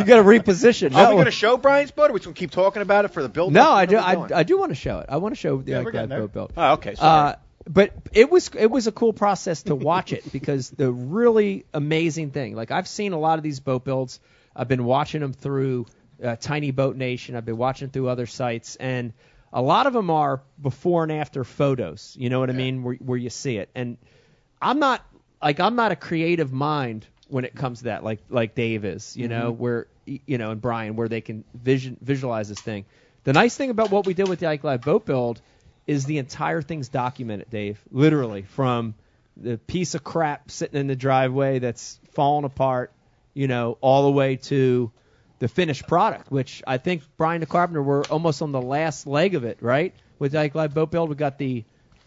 Speaker 2: You got to reposition.
Speaker 5: Are we
Speaker 2: No.
Speaker 5: going to show Brian's boat? Or are we going to keep talking about it for the build?
Speaker 2: No, I do. I, I do want to show it. I want to show uh, the
Speaker 5: Yeah,
Speaker 2: Ike
Speaker 5: we're getting
Speaker 2: Live
Speaker 5: there.
Speaker 2: boat build.
Speaker 5: Oh, okay, sorry.
Speaker 2: Uh, but it was it was a cool process to watch it because the really amazing thing, like I've seen a lot of these boat builds. I've been watching them through uh, Tiny Boat Nation. I've been watching through other sites, and a lot of them are before and after photos. You know what I mean? Where, where you see it. And I'm not like I'm not a creative mind when it comes to that, like like Dave is, you know,
Speaker 1: Mhm.
Speaker 5: Mm-hmm.
Speaker 2: where y- you know, and Brian, where they can vision visualize this thing. The nice thing about what we did with the Ike Live boat build is the entire thing's documented, Dave. Literally from the piece of crap sitting in the driveway that's falling apart, you know, all the way to the finished product, which I think Brian the Carpenter were almost on the last leg of it, right? With the Ike Live Boat Build, we got the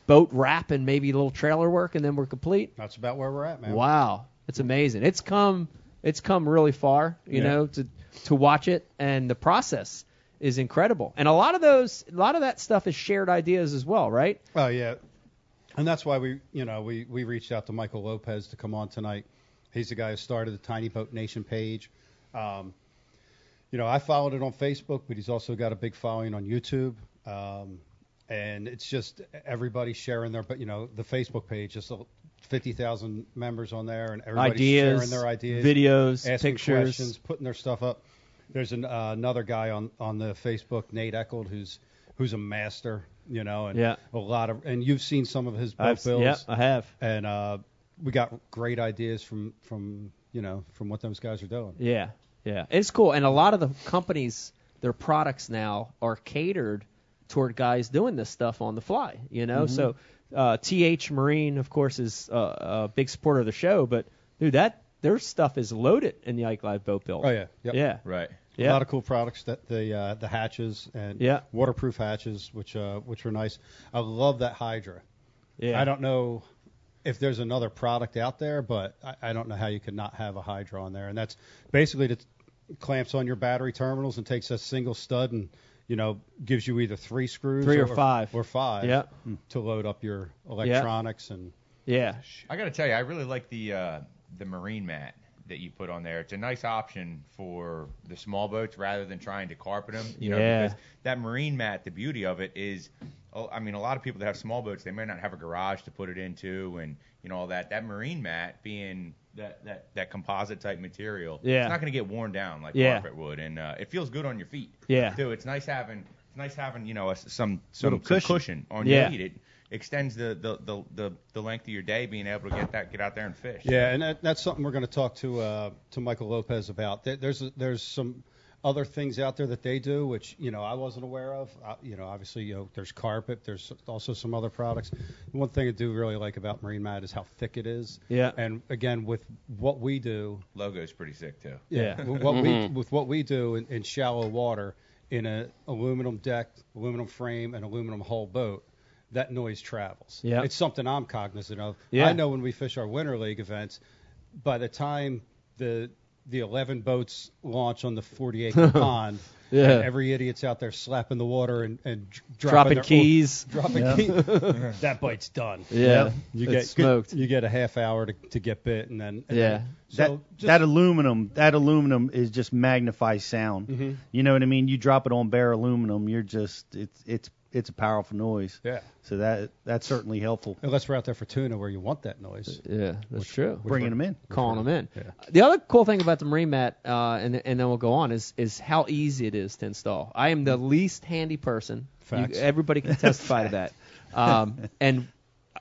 Speaker 2: boat wrap and maybe a little trailer work, and then we're complete.
Speaker 7: That's about where we're at, man.
Speaker 2: Wow, it's amazing. It's come it's come really far, you
Speaker 7: Yeah.
Speaker 2: know, to to watch it and the process is incredible. And a lot of those a lot of that stuff is shared ideas as well, right?
Speaker 7: Oh yeah, and that's why we, you know, we we reached out to Michael Lopez to come on tonight. He's the guy who started the Tiny Boat Nation page. Um, you know, I followed it on Facebook, but he's also got a big following on YouTube. Um, and it's just everybody sharing their, but you know, the Facebook page just a- 50,000 members on there, and everybody
Speaker 2: Ideas,
Speaker 7: sharing their ideas,
Speaker 2: videos,
Speaker 7: asking
Speaker 2: pictures.
Speaker 7: questions, putting their stuff up. There's an, uh, another guy on on the Facebook, Nate Eckold, who's who's a master, you know, and
Speaker 2: Yeah.
Speaker 7: a lot of, and you've seen some of his boat
Speaker 2: I've-
Speaker 7: builds.
Speaker 2: yeah, I have.
Speaker 7: And uh, we got great ideas from from you know from what those guys are doing.
Speaker 2: Yeah, yeah, it's cool. And a lot of the companies, their products now are catered toward guys doing this stuff on the fly. You know,
Speaker 7: Mhm.
Speaker 2: so uh, TH Marine, of course, is uh, a big supporter of the show. But dude, that their stuff is loaded in the Ike Live boat build.
Speaker 7: Oh yeah, yep.
Speaker 2: yeah,
Speaker 7: A
Speaker 2: Yeah.
Speaker 7: lot of cool products that the uh, the hatches and
Speaker 2: Yeah.
Speaker 7: waterproof hatches, which uh, which are nice. I love that Hydra.
Speaker 2: Yeah.
Speaker 7: I don't know if there's another product out there, but I, I don't know how you could not have a Hydra on there. And that's basically that clamps on your battery terminals and takes a single stud and you know gives you either three screws
Speaker 2: Three or five.
Speaker 7: or five
Speaker 2: Yeah.
Speaker 7: to load up your electronics and
Speaker 2: yeah.
Speaker 10: I got to tell you, I really like the uh, the marine mat that you put on there. It's a nice option for the small boats rather than trying to carpet them. You know,
Speaker 2: Yeah.
Speaker 10: because that marine mat, the beauty of it is, oh, I mean, a lot of people that have small boats, they may not have a garage to put it into, and you know all that. That marine mat being that that that composite type material,
Speaker 2: Yeah.
Speaker 10: it's not going to get worn down like
Speaker 2: Yeah.
Speaker 10: carpet would, and uh, it feels good on your feet.
Speaker 2: Yeah.
Speaker 10: too. It's nice having it's nice having you know a, some some,
Speaker 2: Little
Speaker 10: some
Speaker 2: cushion.
Speaker 10: cushion on
Speaker 2: Yeah.
Speaker 10: your feet. It extends the the, the the the length of your day being able to get that get out there and fish.
Speaker 7: Yeah, and that, that's something we're going to talk to uh, to Michael Lopez about. There, there's there's some other things out there that they do, which you know I wasn't aware of. Uh, you know, obviously, you know, there's carpet. There's also some other products. The one thing I do really like about Marine Mat is how thick it is.
Speaker 2: Yeah.
Speaker 7: And again, with what we do,
Speaker 10: Logo's pretty sick too.
Speaker 7: yeah, with what we with what we do in, in shallow water in an aluminum deck, aluminum frame, and aluminum hull boat, that noise travels.
Speaker 2: Yeah.
Speaker 7: It's something I'm cognizant of.
Speaker 2: Yeah.
Speaker 7: I know when we fish our winter league events, by the time the the 11 boats launch on the 40 acre pond.
Speaker 2: Yeah.
Speaker 7: and every idiot's out there slapping the water and, and dr-
Speaker 2: Dropping
Speaker 7: dropping, their-
Speaker 2: keys.
Speaker 7: dropping
Speaker 2: Yeah.
Speaker 7: keys. that bite's done.
Speaker 2: Yeah.
Speaker 7: you
Speaker 2: It's
Speaker 7: get
Speaker 2: smoked.
Speaker 7: You get a half hour to, to get bit, and then and Then,
Speaker 3: that
Speaker 7: so just-
Speaker 3: that aluminum that aluminum is just magnifies sound.
Speaker 7: Mhm.
Speaker 3: You know what I mean? You drop it on bare aluminum, you're just it's it's it's a powerful noise.
Speaker 7: Yeah.
Speaker 3: So that that's certainly helpful.
Speaker 7: Unless we're out there for tuna where you want that noise.
Speaker 2: Yeah, that's true.
Speaker 3: Bringing them in.
Speaker 2: calling them in. The other cool thing about the marine mat, uh, and and then we'll go on, is is how easy it is to install. I am the least handy person. You-
Speaker 7: Facts.
Speaker 2: everybody can testify to that. Um, and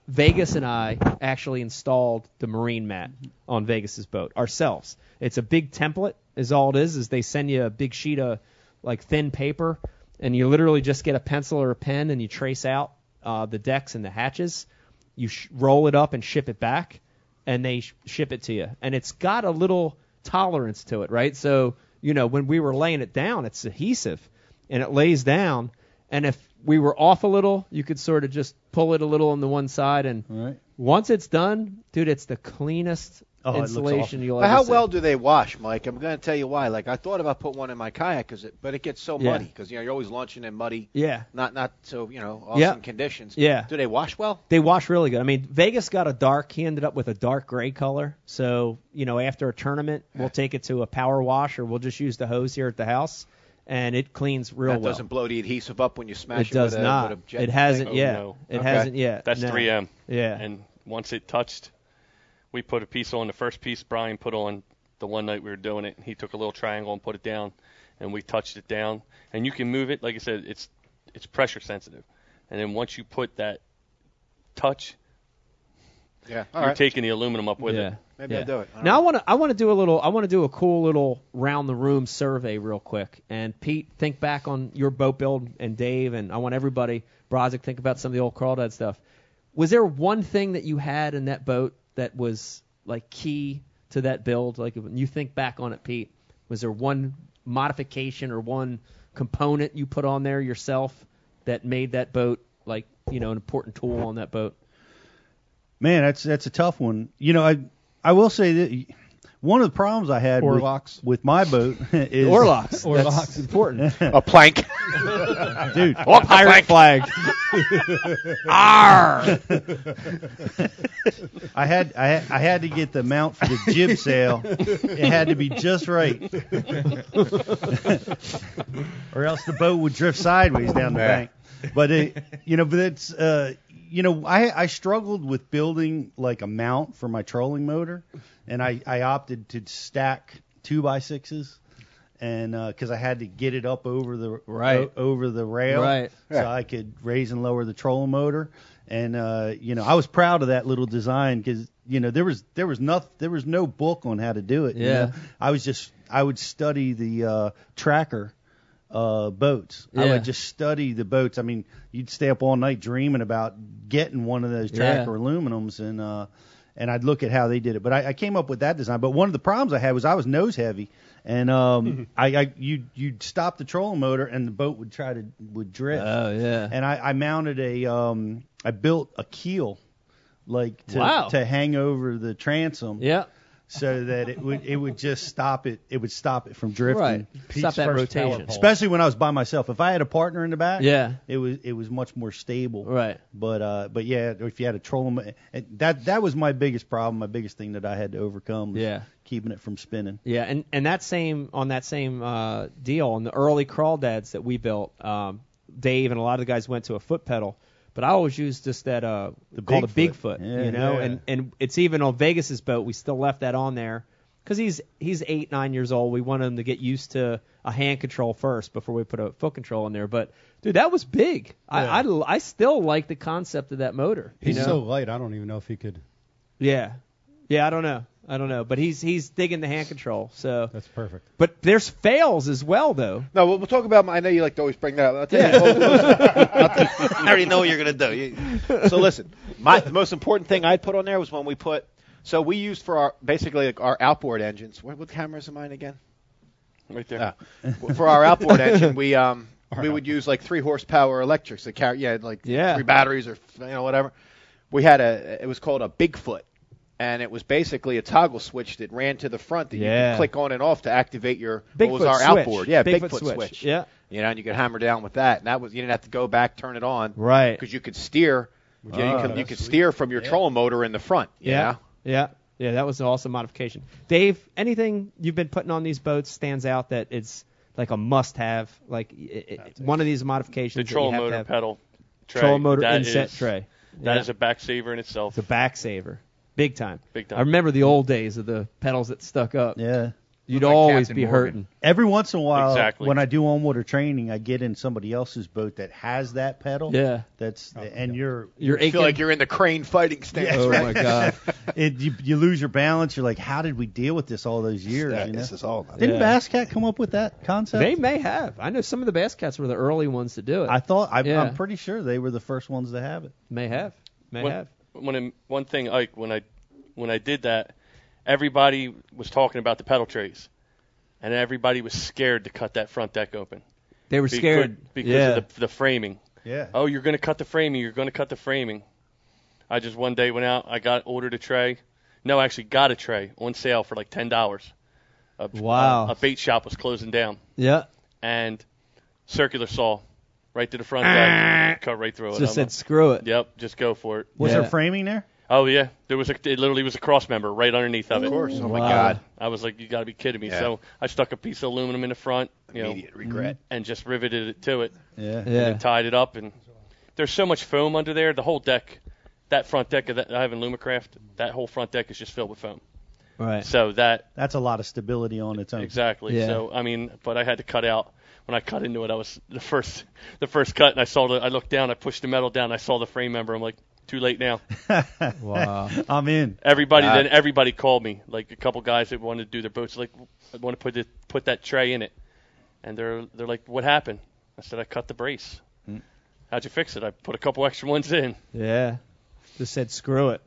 Speaker 2: Vegas and I actually installed the marine mat on Vegas's boat ourselves. It's a big template, is all it is. Is they send you a big sheet of like thin paper, and you literally just get a pencil or a pen and you trace out uh, the decks and the hatches. You sh- roll it up and ship it back and they sh- ship it to you. And it's got a little tolerance to it, right? So, you know, when we were laying it down, it's adhesive and it lays down. And if we were off a little, you could sort of just pull it a little on the one side. And once it's done, dude, it's the cleanest
Speaker 5: Oh,
Speaker 2: installation you'll
Speaker 5: But
Speaker 2: ever
Speaker 5: how
Speaker 2: see.
Speaker 5: well do they wash, Mike? I'm going to tell you why. Like I thought about putting one in my kayak, 'cause it, but it gets so
Speaker 2: Yeah.
Speaker 5: muddy 'cause you know you're always launching in muddy,
Speaker 2: Yeah.
Speaker 5: not not so you know awesome
Speaker 2: Yeah.
Speaker 5: conditions.
Speaker 2: Yeah.
Speaker 5: Do they wash well?
Speaker 2: They wash really good. I mean, Vegas got a dark. He ended up with a dark gray color. So, you know, after a tournament, we'll take it to a power wash or we'll just use the hose here at the house, and it cleans real
Speaker 5: that
Speaker 2: well.
Speaker 5: doesn't blow the adhesive up when you smash
Speaker 2: It
Speaker 5: it.
Speaker 2: does
Speaker 5: with a,
Speaker 2: not.
Speaker 5: With a jet
Speaker 2: It hasn't
Speaker 5: thing?
Speaker 2: yet. It hasn't yet.
Speaker 4: oh, That's
Speaker 2: No.
Speaker 4: 3M.
Speaker 2: Yeah.
Speaker 4: And once it touched, we put a piece on. The first piece Brian put on the one night we were doing it. He took a little triangle and put it down, and we touched it down. And you can move it. Like I said, it's it's pressure sensitive. And then once you put that touch,
Speaker 5: Yeah. All
Speaker 4: you're
Speaker 5: right.
Speaker 4: taking the aluminum up with
Speaker 2: yeah.
Speaker 4: it.
Speaker 5: Maybe
Speaker 2: Yeah.
Speaker 5: I'll do it. I don't
Speaker 2: now I
Speaker 5: know.
Speaker 2: want to I want to do a little I want to do a cool little round the room survey real quick. And Pete, think back on your boat build, and Dave, and I want everybody, Brozick, think about some of the old crawdad stuff. Was there one thing that you had in that boat that was like key to that build? Like when you think back on it, Pete, was there one modification or one component you put on there yourself that made that boat like you know an important tool on that boat?
Speaker 3: Man, that's that's a tough one. You know, I I will say that y- one of the problems I had with,
Speaker 7: Orlocks.
Speaker 3: with my boat is
Speaker 2: Orlocks. Orlocks. That's important.
Speaker 3: a plank, dude.
Speaker 2: Oh, pirate flag.
Speaker 3: Arr! I had I had, I had to get the mount for the jib sail. It had to be just right, or else the boat would drift sideways down the
Speaker 5: Yeah.
Speaker 3: bank. But it, you know, but it's uh, you know, I I struggled with building like a mount for my trolling motor, and I I opted to stack two by sixes. And because I had to get it up over the
Speaker 2: Right.
Speaker 3: o- over the rail,
Speaker 2: Right.
Speaker 3: so I could raise and lower the trolling motor. And uh, you know, I was proud of that little design because you know there was there was nothing there was no book on how to do it. you
Speaker 2: Yeah.
Speaker 3: know. I was just I would study the uh, tracker uh, boats. I
Speaker 2: Yeah.
Speaker 3: would just study the boats. I mean, you'd stay up all night dreaming about getting one of those
Speaker 2: Yeah.
Speaker 3: tracker aluminums and. Uh, and I'd look at how they did it, but I, I came up with that design. But one of the problems I had was I was nose heavy, and
Speaker 2: Mm-hmm.
Speaker 3: um, I, I you you'd stop the trolling motor, and the boat would try to would drift.
Speaker 2: Oh yeah.
Speaker 3: And I, I mounted a um I built a keel like to
Speaker 2: Wow.
Speaker 3: to hang over the transom.
Speaker 2: Yeah.
Speaker 3: So that it would it would just stop it it would stop it from drifting.
Speaker 2: Right. Stop that
Speaker 3: first power
Speaker 2: rotation.
Speaker 3: pole. Especially when I was by myself. If I had a partner in the back,
Speaker 2: Yeah.
Speaker 3: it was it was much more stable.
Speaker 2: Right.
Speaker 3: But uh but yeah, if you had a trolling mo- and eh, that that was my biggest problem, my biggest thing that I had to overcome was
Speaker 2: Yeah.
Speaker 3: keeping it from spinning.
Speaker 2: Yeah, and and that same on that same uh, deal on the early crawdads that we built, um, Dave and a lot of the guys went to a foot pedal, but I always used just that uh called a Bigfoot,
Speaker 3: Bigfoot. Yeah.
Speaker 2: you know,
Speaker 3: Yeah.
Speaker 2: and and it's even on Vegas's boat we still left that on there because he's he's eight nine years old. We wanted him to get used to a hand control first before we put a foot control in there. But dude, that was big. I, I I still like the concept of that motor. you
Speaker 7: He's
Speaker 2: know?
Speaker 7: so light. I don't even know if he could.
Speaker 2: Yeah. Yeah, I don't know. I don't know, but he's he's digging the hand control. So That's
Speaker 7: perfect.
Speaker 2: But there's fails as well though.
Speaker 5: No, we'll, we'll talk about. My, I know you like to always bring that up. I'll tell you- I already know what you're gonna do. You- So listen, my the most important thing I put on there was when we put. So we used for our basically like our outboard engines. What, what camera is mine again? Ah,
Speaker 4: Right there.
Speaker 5: For our outboard engine, we um we would use like three horsepower electrics that carry yeah like
Speaker 2: Yeah.
Speaker 5: three batteries or you know whatever. We had a it was called a Bigfoot, and it was basically a toggle switch that ran to the front that you
Speaker 2: Yeah.
Speaker 5: could click on and off to activate your
Speaker 2: Bigfoot
Speaker 5: what was our
Speaker 2: switch.
Speaker 5: outboard yeah
Speaker 2: Bigfoot
Speaker 5: Bigfoot,
Speaker 2: switch.
Speaker 5: switch
Speaker 2: Yeah.
Speaker 5: you know, and you could hammer down with that. And that was you didn't have to go back, turn it on,
Speaker 2: Right.
Speaker 5: Because you could steer, you, know, you
Speaker 2: Oh,
Speaker 5: could, you
Speaker 2: that's
Speaker 5: could steer from your trolling motor in the front. you
Speaker 2: Yeah.
Speaker 5: know?
Speaker 2: Yeah. Yeah, that was an awesome modification. Dave, anything you've been putting on these boats stands out that it's like a must have, like it, it- one of these
Speaker 4: The
Speaker 2: modifications. that you
Speaker 4: troll
Speaker 2: have to
Speaker 4: motor
Speaker 2: have.
Speaker 4: pedal tray.
Speaker 2: Troll motor
Speaker 4: that
Speaker 2: inset
Speaker 4: is-
Speaker 2: tray.
Speaker 4: That
Speaker 2: Yeah.
Speaker 4: is a back saver in itself.
Speaker 2: It's a back saver. Big time.
Speaker 4: Big time.
Speaker 2: I remember the old days of the pedals that stuck up.
Speaker 3: Yeah.
Speaker 2: You'd always
Speaker 3: Captain
Speaker 2: be
Speaker 3: Morgan.
Speaker 2: hurting.
Speaker 3: Every once in a while,
Speaker 2: Exactly.
Speaker 3: when I do on water training, I get in somebody else's boat that has that pedal.
Speaker 2: Yeah.
Speaker 3: That's
Speaker 5: Oh.
Speaker 3: and you're
Speaker 2: You're
Speaker 5: You feel like you're in the crane fighting stance.
Speaker 2: Oh,
Speaker 3: Yeah.
Speaker 5: right?
Speaker 3: it, you, you lose your balance. You're like, how did we deal with this all those years? you know?
Speaker 5: this is all-
Speaker 3: Didn't
Speaker 2: Yeah.
Speaker 3: Basscat come up with that concept?
Speaker 2: They may have. I know some of the bass cats were the early ones to do it.
Speaker 3: I thought I,
Speaker 2: Yeah.
Speaker 3: I'm pretty sure they were the first ones to have it.
Speaker 2: may have. May
Speaker 4: one,
Speaker 2: have.
Speaker 4: One, im- one thing, Ike, when I when I did that, everybody was talking about the pedal trays, and everybody was scared to cut that front deck open.
Speaker 2: They were
Speaker 4: Becau-
Speaker 2: scared.
Speaker 4: because
Speaker 2: Yeah.
Speaker 4: of the, the framing.
Speaker 3: Yeah.
Speaker 4: Oh, you're gonna cut the framing. You're gonna cut the framing. I just one day went out. I got ordered a tray. No, I actually got a tray on sale for like ten dollars.
Speaker 2: Wow.
Speaker 4: A, bait shop was closing down,
Speaker 2: Yeah.
Speaker 4: and circular saw, right to the front deck, cut right through it.
Speaker 2: Just
Speaker 4: I'm
Speaker 2: said
Speaker 4: like,
Speaker 2: screw it.
Speaker 4: Yep, just go for it.
Speaker 3: Was there framing there?
Speaker 4: Oh yeah, there was a, it literally was a cross member right underneath of it. Of course, oh
Speaker 5: my Wow. God.
Speaker 4: I was like, you got to be kidding me.
Speaker 5: Yeah.
Speaker 4: So I stuck a piece of aluminum in the front, you know,
Speaker 5: Immediate
Speaker 4: Mm-hmm.
Speaker 5: regret.
Speaker 4: and just riveted it to it.
Speaker 3: Mm-hmm. Yeah.
Speaker 4: And then tied it up, and there's so much foam under there. The whole deck, that front deck of that I have in Lumacraft, that whole front deck is just filled with foam.
Speaker 2: Right.
Speaker 4: So that
Speaker 3: That's a lot of stability on its own.
Speaker 4: exactly.
Speaker 3: Yeah.
Speaker 4: So I mean, but I had to cut out. When I cut into it, I was the first, the first cut, and I saw the. I looked down, I pushed the metal down, I saw the frame member. I'm like, Too late now.
Speaker 3: wow. I'm in.
Speaker 4: Everybody
Speaker 3: Ah.
Speaker 4: then everybody called me. Like a couple guys that wanted to do their boats, like I want to put it, put that tray in it, and they're they're like, what happened? I said I cut the brace.
Speaker 1: Hmm.
Speaker 4: How'd you fix it? I put a couple extra ones in.
Speaker 2: Yeah. Just said screw it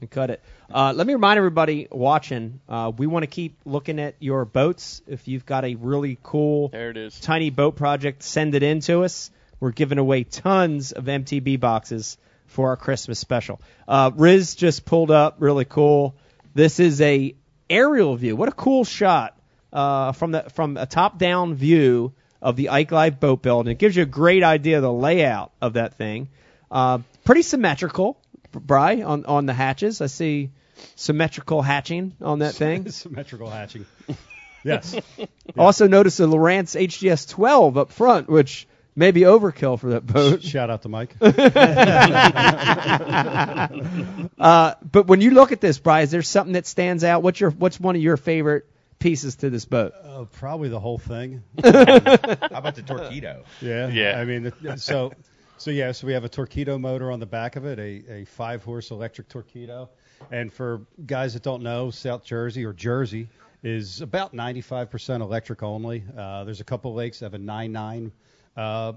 Speaker 2: and cut it. Uh, let me remind everybody watching, uh, we want to keep looking at your boats. If you've got a really cool
Speaker 4: there it is.
Speaker 2: tiny boat project, send it in to us. We're giving away tons of MTB boxes for our Christmas special. Uh, Riz just pulled up, really cool. This is a aerial view. What a cool shot uh, from the from a top down view of the Ike Live boat build. And it gives you a great idea of the layout of that thing. Uh, pretty symmetrical, Bry, on on the hatches. I see symmetrical hatching on that thing.
Speaker 7: Symmetrical hatching. Yes.
Speaker 2: Also notice the Lowrance HGS 12 up front, which may be overkill for that boat.
Speaker 7: Shout out to Mike.
Speaker 2: uh, but when you look at this, Bry, is there something that stands out? What's your what's one of your favorite pieces to this boat?
Speaker 7: Uh, probably the whole thing.
Speaker 2: How
Speaker 10: about the torpedo?
Speaker 7: Yeah.
Speaker 10: Yeah.
Speaker 7: I mean, the- so so yeah, so we have a torpedo motor on the back of it, a, a five horse electric torpedo. And for guys that don't know, South Jersey or Jersey is about 95% electric only. Uh, there's a couple lakes that have a 9.9 uh,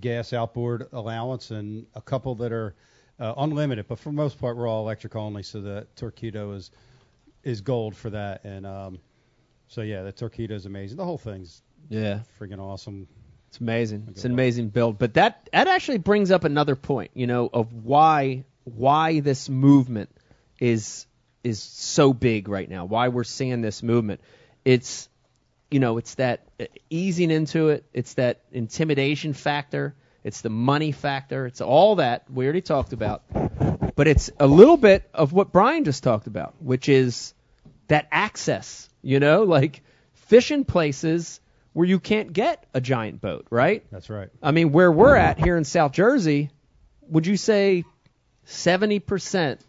Speaker 7: gas outboard allowance and a couple that are uh, unlimited, but for the most part, we're all electric only. So the torpedo is is gold for that. And um, so yeah, the torpedo is amazing. The whole thing's
Speaker 2: Yeah.
Speaker 7: freaking awesome.
Speaker 2: It's amazing. It's an amazing build. But that that actually brings up another point, you know, of why why this movement is is so big right now. Why we're seeing this movement. It's you know, it's that uh, easing into it. It's that intimidation factor. It's the money factor. It's all that we already talked about. But it's a little bit of what Brian just talked about, which is that access, you know, like fishing places where you can't get a giant boat, right?
Speaker 7: That's right.
Speaker 2: I mean, where we're at here in South Jersey, would you say 70%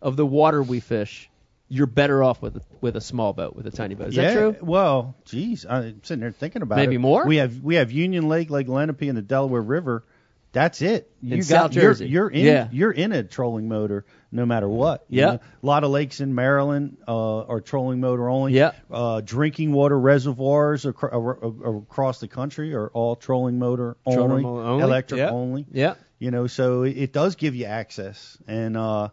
Speaker 2: of the water we fish, you're better off with with a small boat, with a tiny boat? Is
Speaker 3: yeah,
Speaker 2: that true?
Speaker 3: Well, geez, I'm sitting there thinking about it.
Speaker 2: Maybe more?
Speaker 3: We have we have Union Lake, Lake Lenape, and the Delaware River. That's it. You
Speaker 2: In
Speaker 3: got,
Speaker 2: South
Speaker 3: you're-
Speaker 2: Jersey.
Speaker 3: You're, in
Speaker 2: Yeah.
Speaker 3: you're in a trolling motor no matter what. you
Speaker 2: Yeah.
Speaker 3: know. A lot of lakes in Maryland uh, are trolling motor only.
Speaker 2: Yeah.
Speaker 3: Uh, drinking water reservoirs acro- ar- ar- across the country are all trolling motor
Speaker 2: Trolling
Speaker 3: only,
Speaker 2: motor only,
Speaker 3: electric
Speaker 2: yeah.
Speaker 3: only.
Speaker 2: Yeah.
Speaker 3: You know, so it, it does give you access, and uh,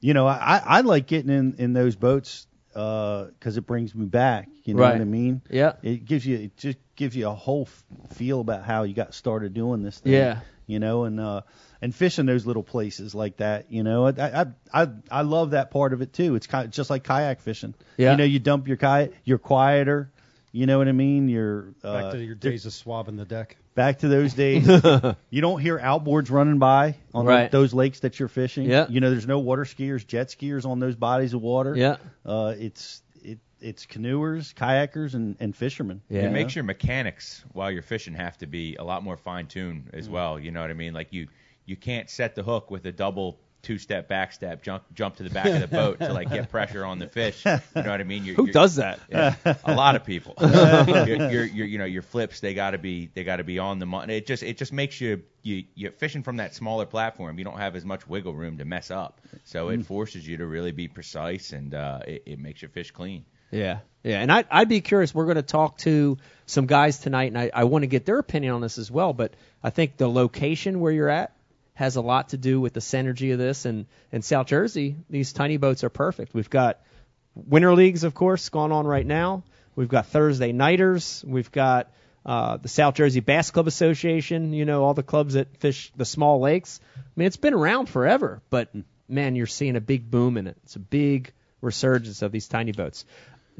Speaker 3: you know, I, I I like getting in in those boats because it brings me back. You know
Speaker 2: Right.
Speaker 3: what I mean?
Speaker 2: Yeah.
Speaker 3: It gives you it just gives you a whole f- feel about how you got started doing this thing.
Speaker 2: Yeah.
Speaker 3: You know, and uh, and fishing those little places like that. You know, I I I, I love that part of it too. It's kind of just like kayak fishing.
Speaker 2: Yeah.
Speaker 3: You know, you dump your kayak, you're quieter. You know what I mean? You're uh,
Speaker 7: Back to your days of swabbing the deck.
Speaker 3: Back to those days. you don't hear outboards running by on
Speaker 2: Right.
Speaker 3: those lakes that you're fishing.
Speaker 2: Yeah.
Speaker 3: You know, there's no water skiers, jet skiers on those bodies of water.
Speaker 2: Yeah.
Speaker 3: Uh, it's it it's canoers, kayakers, and and fishermen.
Speaker 10: It
Speaker 3: you know?
Speaker 10: makes your mechanics while you're fishing have to be a lot more fine tuned
Speaker 2: Mm.
Speaker 10: as well. You know what I mean? Like you you can't set the hook with a double two step back step jump jump to the back of the boat to like get pressure on the fish. You know what I mean? You're,
Speaker 2: Who
Speaker 10: you're-
Speaker 2: does that?
Speaker 10: Yeah, a lot of people. your, your, your, you know your flips they got to be they got to be on the money. It just it just makes you you you're fishing from that smaller platform. You don't have as much wiggle room to mess up. So
Speaker 2: Mm.
Speaker 10: it forces you to really be precise and uh, it, it makes your fish clean.
Speaker 2: Yeah, yeah, and I, I'd be curious. We're going to talk to some guys tonight, and I, I want to get their opinion on this as well. But I think the location where you're at has a lot to do with the synergy of this. And in South Jersey, these tiny boats are perfect. We've got winter leagues, of course, going on right now. We've got Thursday nighters. We've got uh, the South Jersey Bass Club Association. You know, all the clubs that fish the small lakes. I mean, it's been around forever, but man, you're seeing a big boom in it. It's a big resurgence of these tiny boats.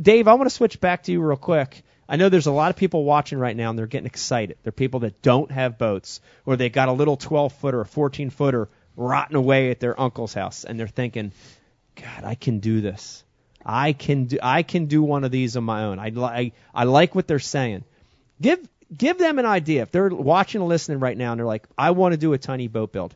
Speaker 2: Dave, I want to switch back to you real quick. I know there's a lot of people watching right now and they're getting excited. They're people that don't have boats or they got a little 12 footer or 14 footer rotting away at their uncle's house and they're thinking, God, I can do this. I can do I can do one of these on my own. I li- I, I like what they're saying. Give give them an idea if they're watching and listening right now and they're like, I want to do a tiny boat build.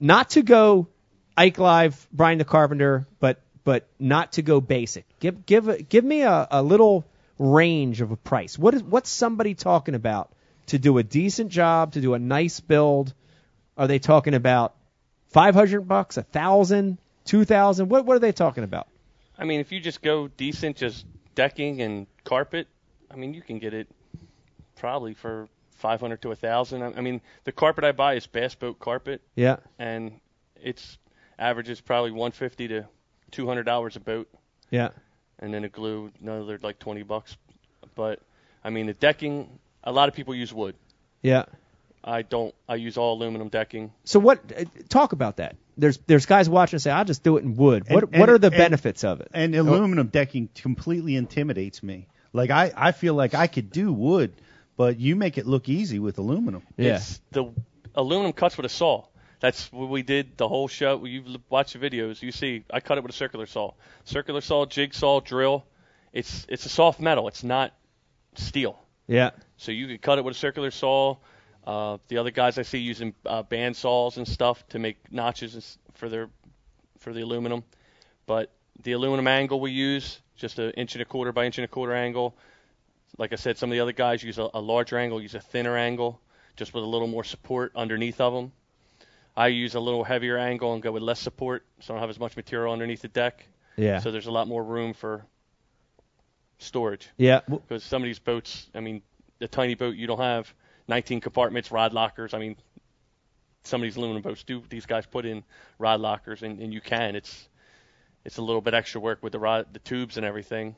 Speaker 2: Not to go Ike Live, Brian the Carpenter, but but not to go basic. Give give a, give me a, a little range of a price. What is what's somebody talking about to do a decent job, to do a nice build? Are they talking about Five hundred bucks, a thousand, two thousand. What what are they talking about?
Speaker 4: I mean, if you just go decent, just decking and carpet, I mean, you can get it probably for 500 to a 1,000. I I mean, the carpet I buy is Bass Boat carpet,
Speaker 2: Yeah.
Speaker 4: and it's averages probably 150 to 200 dollars a boat,
Speaker 2: Yeah.
Speaker 4: and then a glue another like 20 bucks. But I mean, the decking, a lot of people use wood.
Speaker 2: Yeah.
Speaker 4: I don't. I use all aluminum decking.
Speaker 2: So what? uh, Talk about that. There's there's guys watching and say, I'll just do it in wood. What
Speaker 3: And-
Speaker 2: what
Speaker 3: and-
Speaker 2: are the
Speaker 3: and-
Speaker 2: benefits of it? Oh.
Speaker 3: And aluminum decking completely intimidates me. Like I, I feel like I could do wood, but you make it look easy with aluminum.
Speaker 4: It's the aluminum cuts with a saw. That's what we did the whole show. You watch the videos, you see I cut it with a circular saw. Circular saw, jigsaw, drill. It's it's a soft metal. It's not steel.
Speaker 2: Yeah.
Speaker 4: So you could cut it with a circular saw. Uh, the other guys I see using uh, band saws and stuff to make notches and s- for their for the aluminum. But the aluminum angle we use, just an inch and a quarter by inch and a quarter angle. Like I said, some of the other guys use a, a larger angle, use a thinner angle, just with a little more support underneath of them. I use a little heavier angle and go with less support, so I don't have as much material underneath the deck.
Speaker 2: Yeah.
Speaker 4: So there's a lot more room for storage.
Speaker 2: Yeah.
Speaker 4: Because some of these boats, I mean, the tiny boat you don't have 19 compartments, rod lockers. I mean, some of these aluminum boats do. These guys put in rod lockers, and, and you can. It's it's a little bit extra work with the rod, the tubes, and everything.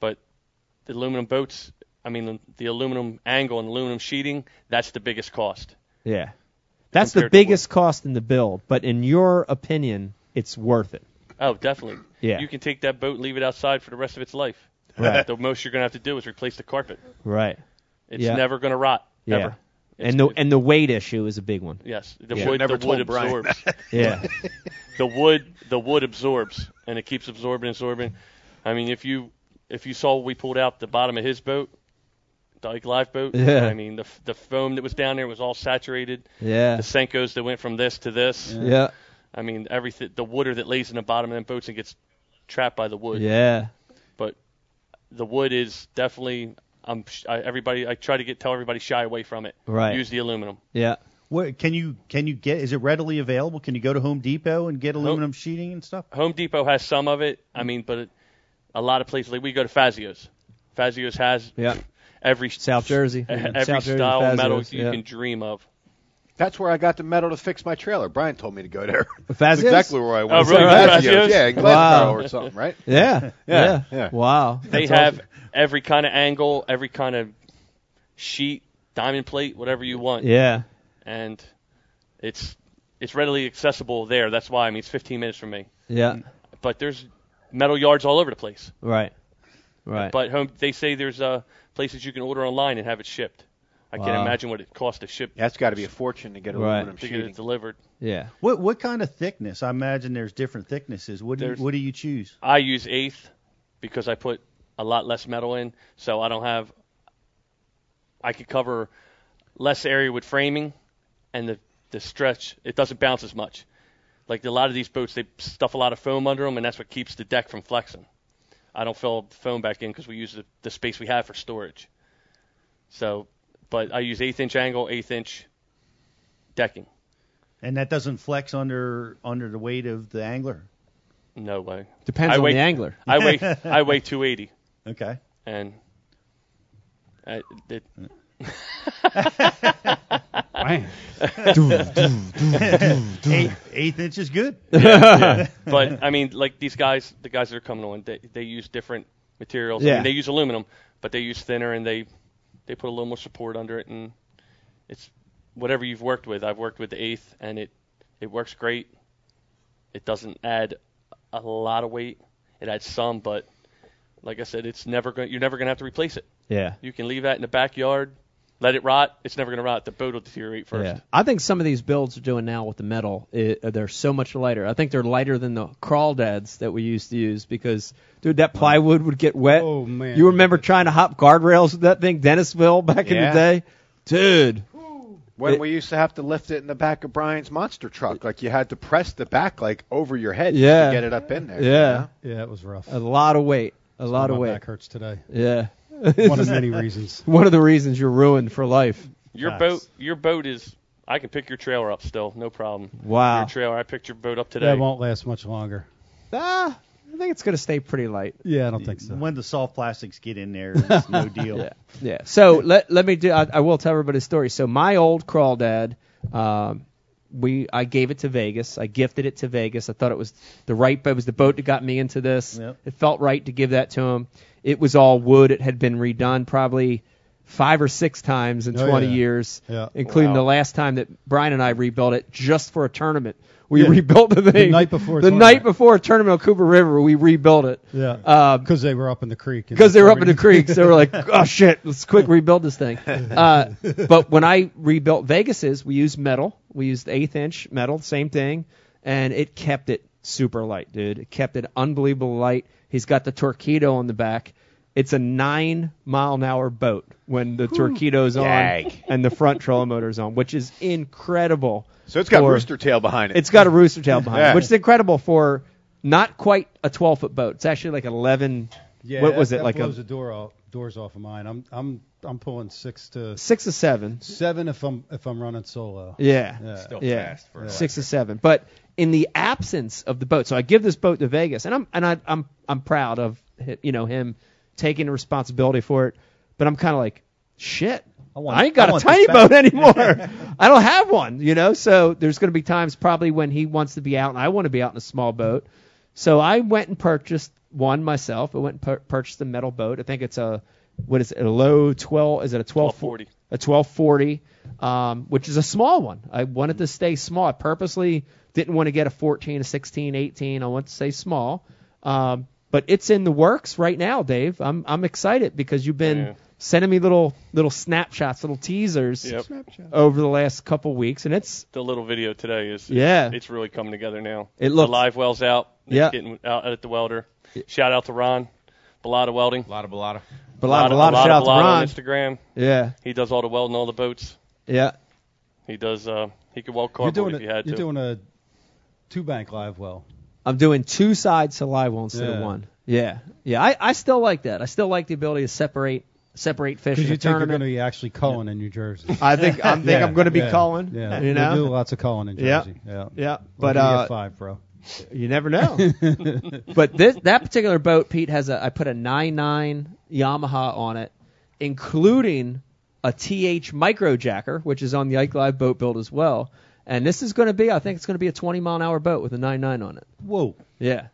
Speaker 4: But the aluminum boats, I mean, the, the aluminum angle and aluminum sheeting, that's the biggest cost.
Speaker 2: Yeah. That's the
Speaker 4: Compared to wood.
Speaker 2: biggest cost in the build, but in your opinion, it's worth it.
Speaker 4: Oh, definitely.
Speaker 2: Yeah.
Speaker 4: You can take that boat and leave it outside for the rest of its life.
Speaker 2: Right.
Speaker 4: The most you're gonna have to do is replace the carpet.
Speaker 2: Right.
Speaker 4: It's
Speaker 2: Yeah.
Speaker 4: never gonna rot.
Speaker 2: Yeah.
Speaker 4: Ever.
Speaker 2: And the and the weight issue is a big one.
Speaker 4: Yes, the
Speaker 2: Yeah.
Speaker 4: wood
Speaker 5: Never
Speaker 4: the wood
Speaker 5: told Brian
Speaker 4: absorbs.
Speaker 5: that.
Speaker 2: Yeah.
Speaker 4: the wood the wood absorbs and it keeps absorbing and absorbing. I mean, if you if you saw we pulled out the bottom of his boat, Dyke Life boat.
Speaker 2: Yeah.
Speaker 4: I mean, the f- the foam that was down there was all saturated.
Speaker 2: Yeah.
Speaker 4: The Senkos that went from this to this.
Speaker 2: Yeah.
Speaker 4: I mean, everything the water that lays in the bottom of them boats and gets trapped by the wood
Speaker 2: Yeah.
Speaker 4: but the wood is definitely I'm sh- I, everybody I try to get tell everybody shy away from it.
Speaker 3: Right.
Speaker 4: Use the aluminum.
Speaker 2: Yeah.
Speaker 3: Where, can you can you get? Is it readily available? Can you go to Home Depot and
Speaker 2: Oh.
Speaker 3: get aluminum sheeting and stuff?
Speaker 4: Home Depot has some of it. I mean, but it, a lot of places like we go to Fazio's. Fazio's has
Speaker 2: Yeah.
Speaker 4: every e-,
Speaker 2: South Jersey. Yeah.
Speaker 4: every
Speaker 2: South Jersey,
Speaker 4: style
Speaker 2: Fazio's,
Speaker 4: metal you
Speaker 2: yeah.
Speaker 4: can dream of.
Speaker 5: That's where I got the metal to fix my trailer. Brian told me to go there. That's
Speaker 2: Fazio's?
Speaker 5: exactly where I
Speaker 2: Oh,
Speaker 5: went.
Speaker 2: really?
Speaker 5: Fazio's,
Speaker 2: Fazio's?
Speaker 5: Yeah, in
Speaker 2: Wow.
Speaker 5: Glasgow or something, right?
Speaker 2: Yeah.
Speaker 5: yeah,
Speaker 2: Yeah. Wow.
Speaker 4: They
Speaker 2: That's
Speaker 4: have
Speaker 2: awesome.
Speaker 4: every kind of angle, every kind of sheet, diamond plate, whatever you want.
Speaker 2: Yeah.
Speaker 4: And it's it's readily accessible there. That's why I mean it's 15 minutes from me.
Speaker 2: Yeah.
Speaker 4: But there's metal yards all over the place.
Speaker 2: Right. Right.
Speaker 4: But home, they say there's uh, places you can order online and have it shipped. I can't
Speaker 2: Wow.
Speaker 4: imagine what it costs to ship.
Speaker 5: That's got to be a fortune to get
Speaker 2: Right. aluminum
Speaker 4: to get
Speaker 5: sheeting.
Speaker 4: it delivered.
Speaker 2: Yeah.
Speaker 3: What what kind of thickness? I imagine there's different thicknesses. What do you,
Speaker 4: There's-
Speaker 3: what do you choose?
Speaker 4: I use eighth because I put a lot less metal in, so I don't have. I could cover less area with framing, and the the stretch it doesn't bounce as much. Like a lot of these boats, they stuff a lot of foam under them, and that's what keeps the deck from flexing. I don't fill foam back in because we use the, the space we have for storage. So, but I use eighth inch angle, eighth inch decking.
Speaker 3: And that doesn't flex under under the weight of the angler.
Speaker 4: No way.
Speaker 3: Depends
Speaker 4: I
Speaker 3: on
Speaker 4: weigh,
Speaker 3: the angler.
Speaker 4: I weigh I weigh 280.
Speaker 3: Okay.
Speaker 4: And I did.
Speaker 3: Eight- eighth inch is good.
Speaker 4: Yeah. but I mean, like these guys, the guys that are coming on, they they use different materials. I mean,
Speaker 2: Yeah.
Speaker 4: they use aluminum, but they use thinner and they they put a little more support under it, and it's whatever you've worked with. I've worked with the eighth, and it it works great. It doesn't add a lot of weight. It adds some, but like I said, it's never going. You're never going to have to replace it.
Speaker 2: Yeah.
Speaker 4: You can leave that in the backyard, let it rot. It's never going to rot. The boat will deteriorate first.
Speaker 2: Yeah. I think some of these builds are doing now with the metal, it, they're so much lighter. I think they're lighter than the crawdads that we used to use because, dude, that plywood would get wet. Oh man. You remember trying to hop guardrails with that thing, Dennisville, back in the
Speaker 5: Yeah.
Speaker 2: day, dude.
Speaker 5: When
Speaker 2: It-
Speaker 5: we used to have to lift it in the back of Brian's monster truck, like you had to press the back like over your head
Speaker 2: Yeah.
Speaker 5: to get it up in there.
Speaker 2: Yeah.
Speaker 7: Yeah, it was rough.
Speaker 2: A lot of weight. A lot
Speaker 7: my
Speaker 2: of weight.
Speaker 7: back hurts today.
Speaker 2: Yeah.
Speaker 7: One of many reasons.
Speaker 2: One of the reasons you're ruined for life.
Speaker 4: Your boat, your boat is I can pick your trailer up still, no problem.
Speaker 2: Wow.
Speaker 4: Your trailer, I picked your boat up today.
Speaker 7: That won't last much longer.
Speaker 2: Ah, I think it's going to stay pretty light.
Speaker 7: Yeah, I don't think so.
Speaker 3: When the soft plastics get in there, it's no deal.
Speaker 2: Yeah. Yeah. So let let me do. I, I will tell everybody a story. So my old crawdad, um, we I gave it to Vegas. I gifted it to Vegas. I thought it was the right boat. It was the boat that got me into this.
Speaker 3: Yep.
Speaker 2: It felt right to give that to him. It was all wood. It had been redone probably five or six times in
Speaker 7: Oh,
Speaker 2: 20
Speaker 7: yeah.
Speaker 2: years,
Speaker 7: Yeah.
Speaker 2: including
Speaker 7: Wow.
Speaker 2: the last time that Brian and I rebuilt it just for a tournament. We
Speaker 7: Yeah.
Speaker 2: rebuilt the
Speaker 7: The
Speaker 2: thing
Speaker 7: night before a
Speaker 2: The
Speaker 7: tournament.
Speaker 2: night before a tournament on Cooper River, we rebuilt it.
Speaker 7: Yeah. Because they were up in the creek. and
Speaker 2: Because they were up in the
Speaker 7: already-
Speaker 2: creek, so we're like, oh shit, let's quick rebuild this thing. Uh, but when I rebuilt Vegas's, we used metal. We used eighth inch metal, same thing, and it kept it super light, dude. It kept it unbelievable light. He's got the torpedo on the back. It's a nine mile an hour boat when the torpedo's on
Speaker 5: Yag.
Speaker 2: and the front trolling motor's on, which is incredible.
Speaker 5: So it's got
Speaker 2: for-
Speaker 5: rooster tail behind it.
Speaker 2: It's got a rooster tail behind
Speaker 5: Yeah.
Speaker 2: it, which is incredible for not quite a 12 foot boat. It's actually like 11.
Speaker 7: Yeah,
Speaker 2: what
Speaker 7: that-
Speaker 2: was it
Speaker 7: that
Speaker 2: like a
Speaker 7: blows the door off, doors off of mine. I'm I'm I'm pulling six to
Speaker 2: six or seven.
Speaker 7: seven if I'm if I'm running solo.
Speaker 2: Yeah.
Speaker 7: yeah.
Speaker 2: yeah. six or seven. But in the absence of the boat, so I give this boat to Vegas, and I'm and I, I'm I'm proud of hi- you know him taking responsibility for it. But I'm kind of like, shit, I,
Speaker 7: want-
Speaker 2: ain't got
Speaker 7: I
Speaker 2: a
Speaker 7: want
Speaker 2: tiny
Speaker 7: this back.
Speaker 2: boat anymore. I don't have one, you know. So there's going to be times probably when he wants to be out and I want to be out in a small boat. So I went and purchased one myself. I went and pur- purchased a metal boat. I think it's a what is it? A low twelve? Is it a twelve forty? A twelve forty, um, which is a small one. I wanted to stay small. I purposely didn't want to get a fourteen, a sixteen, eighteen. I want to stay small. Um, but it's in the works right now, Dave. I'm I'm excited because you've been
Speaker 4: Yeah.
Speaker 2: sending me little little snapshots, little teasers
Speaker 4: Yep.
Speaker 2: over the last couple weeks, and it's
Speaker 4: The little video today is
Speaker 2: Yeah.
Speaker 4: It's really coming together now.
Speaker 2: It looks-
Speaker 4: the live well's out. It's
Speaker 2: Yeah.
Speaker 4: Getting out at the welder. Shout out to Ron, Balada Welding. Balada Balada.
Speaker 2: Balada, Balada, shout out to Ron.
Speaker 4: on Instagram.
Speaker 2: Yeah.
Speaker 4: He does all the welding, all the boats.
Speaker 2: yeah.
Speaker 4: He does. Uh, he could weld
Speaker 7: You're
Speaker 4: cardboard
Speaker 7: doing
Speaker 4: if
Speaker 7: a,
Speaker 4: he had
Speaker 7: you're
Speaker 4: to.
Speaker 7: doing a two bank live well.
Speaker 2: I'm doing two sides to Livo instead of
Speaker 7: Yeah.
Speaker 2: one. Yeah, yeah. I, I still like that. I still like the ability to separate separate fish in
Speaker 7: Because you
Speaker 2: a
Speaker 7: think you're going
Speaker 2: tournament.
Speaker 7: to be actually culling in New Jersey.
Speaker 2: I think- I think I'm gonna be
Speaker 7: yeah,
Speaker 2: culling,
Speaker 7: Yeah,
Speaker 2: you know?
Speaker 7: we do lots of culling in
Speaker 2: Yeah,
Speaker 7: Jersey. Yeah,
Speaker 2: yeah,
Speaker 7: We'll
Speaker 2: but,
Speaker 7: give you a
Speaker 2: uh,
Speaker 7: five, bro.
Speaker 2: You never know. but this that particular boat, Pete has a. I put a 9.9 Yamaha on it, including a TH micro jacker, which is on the Ike Live boat build as well. And this is going to be, I think it's going to be a 20 mile an hour boat with a 9.9 on it.
Speaker 7: Whoa.
Speaker 2: Yeah.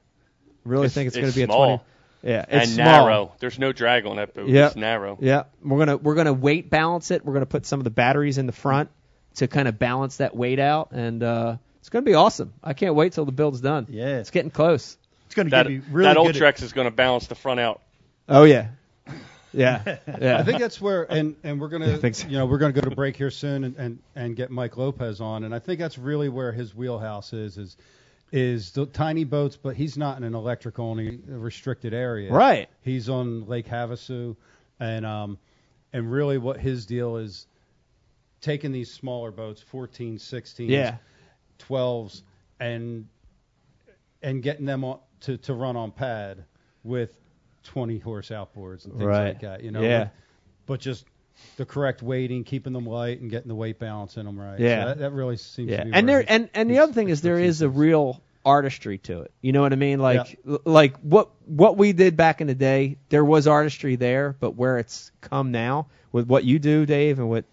Speaker 2: Really think it's, going to be
Speaker 4: small.
Speaker 2: a 20. Yeah, it's
Speaker 4: and
Speaker 2: small.
Speaker 4: narrow. There's no drag on that boat.
Speaker 2: Yeah.
Speaker 4: It's narrow.
Speaker 2: Yeah, we're gonna we're gonna weight balance it. We're gonna put some of the batteries in the front to kind of balance that weight out, and uh, it's gonna be awesome. I can't wait till the build's done. Yeah, it's getting close.
Speaker 3: It's gonna
Speaker 4: That, that old Trex is going to balance the front out.
Speaker 2: Oh yeah, yeah, yeah.
Speaker 7: I think that's where, and and we're gonna,
Speaker 2: think so.
Speaker 7: you know, we're gonna go to break here soon, and, and and get Mike Lopez on, and I think that's really where his wheelhouse is, is is the tiny boats, but he's not in an electric only restricted area.
Speaker 2: Right.
Speaker 7: He's on Lake Havasu, and um, and really what his deal is, taking these smaller boats, 14, 16,
Speaker 2: Yeah.
Speaker 7: 12s, and and getting them on, to to run on pad with 20 horse outboards and things like
Speaker 2: Right.
Speaker 7: that. You know.
Speaker 2: Yeah.
Speaker 7: with- but just the correct weighting, keeping them light, and getting the weight balance in them right.
Speaker 2: Yeah.
Speaker 7: So that, that really seems
Speaker 2: yeah.
Speaker 7: to be.
Speaker 2: and
Speaker 7: where
Speaker 2: there and and the other thing is there is a real artistry to it. You know what I mean? Like l- like what what we did back in the day, there was artistry there, but where it's come now with what you do, Dave, and what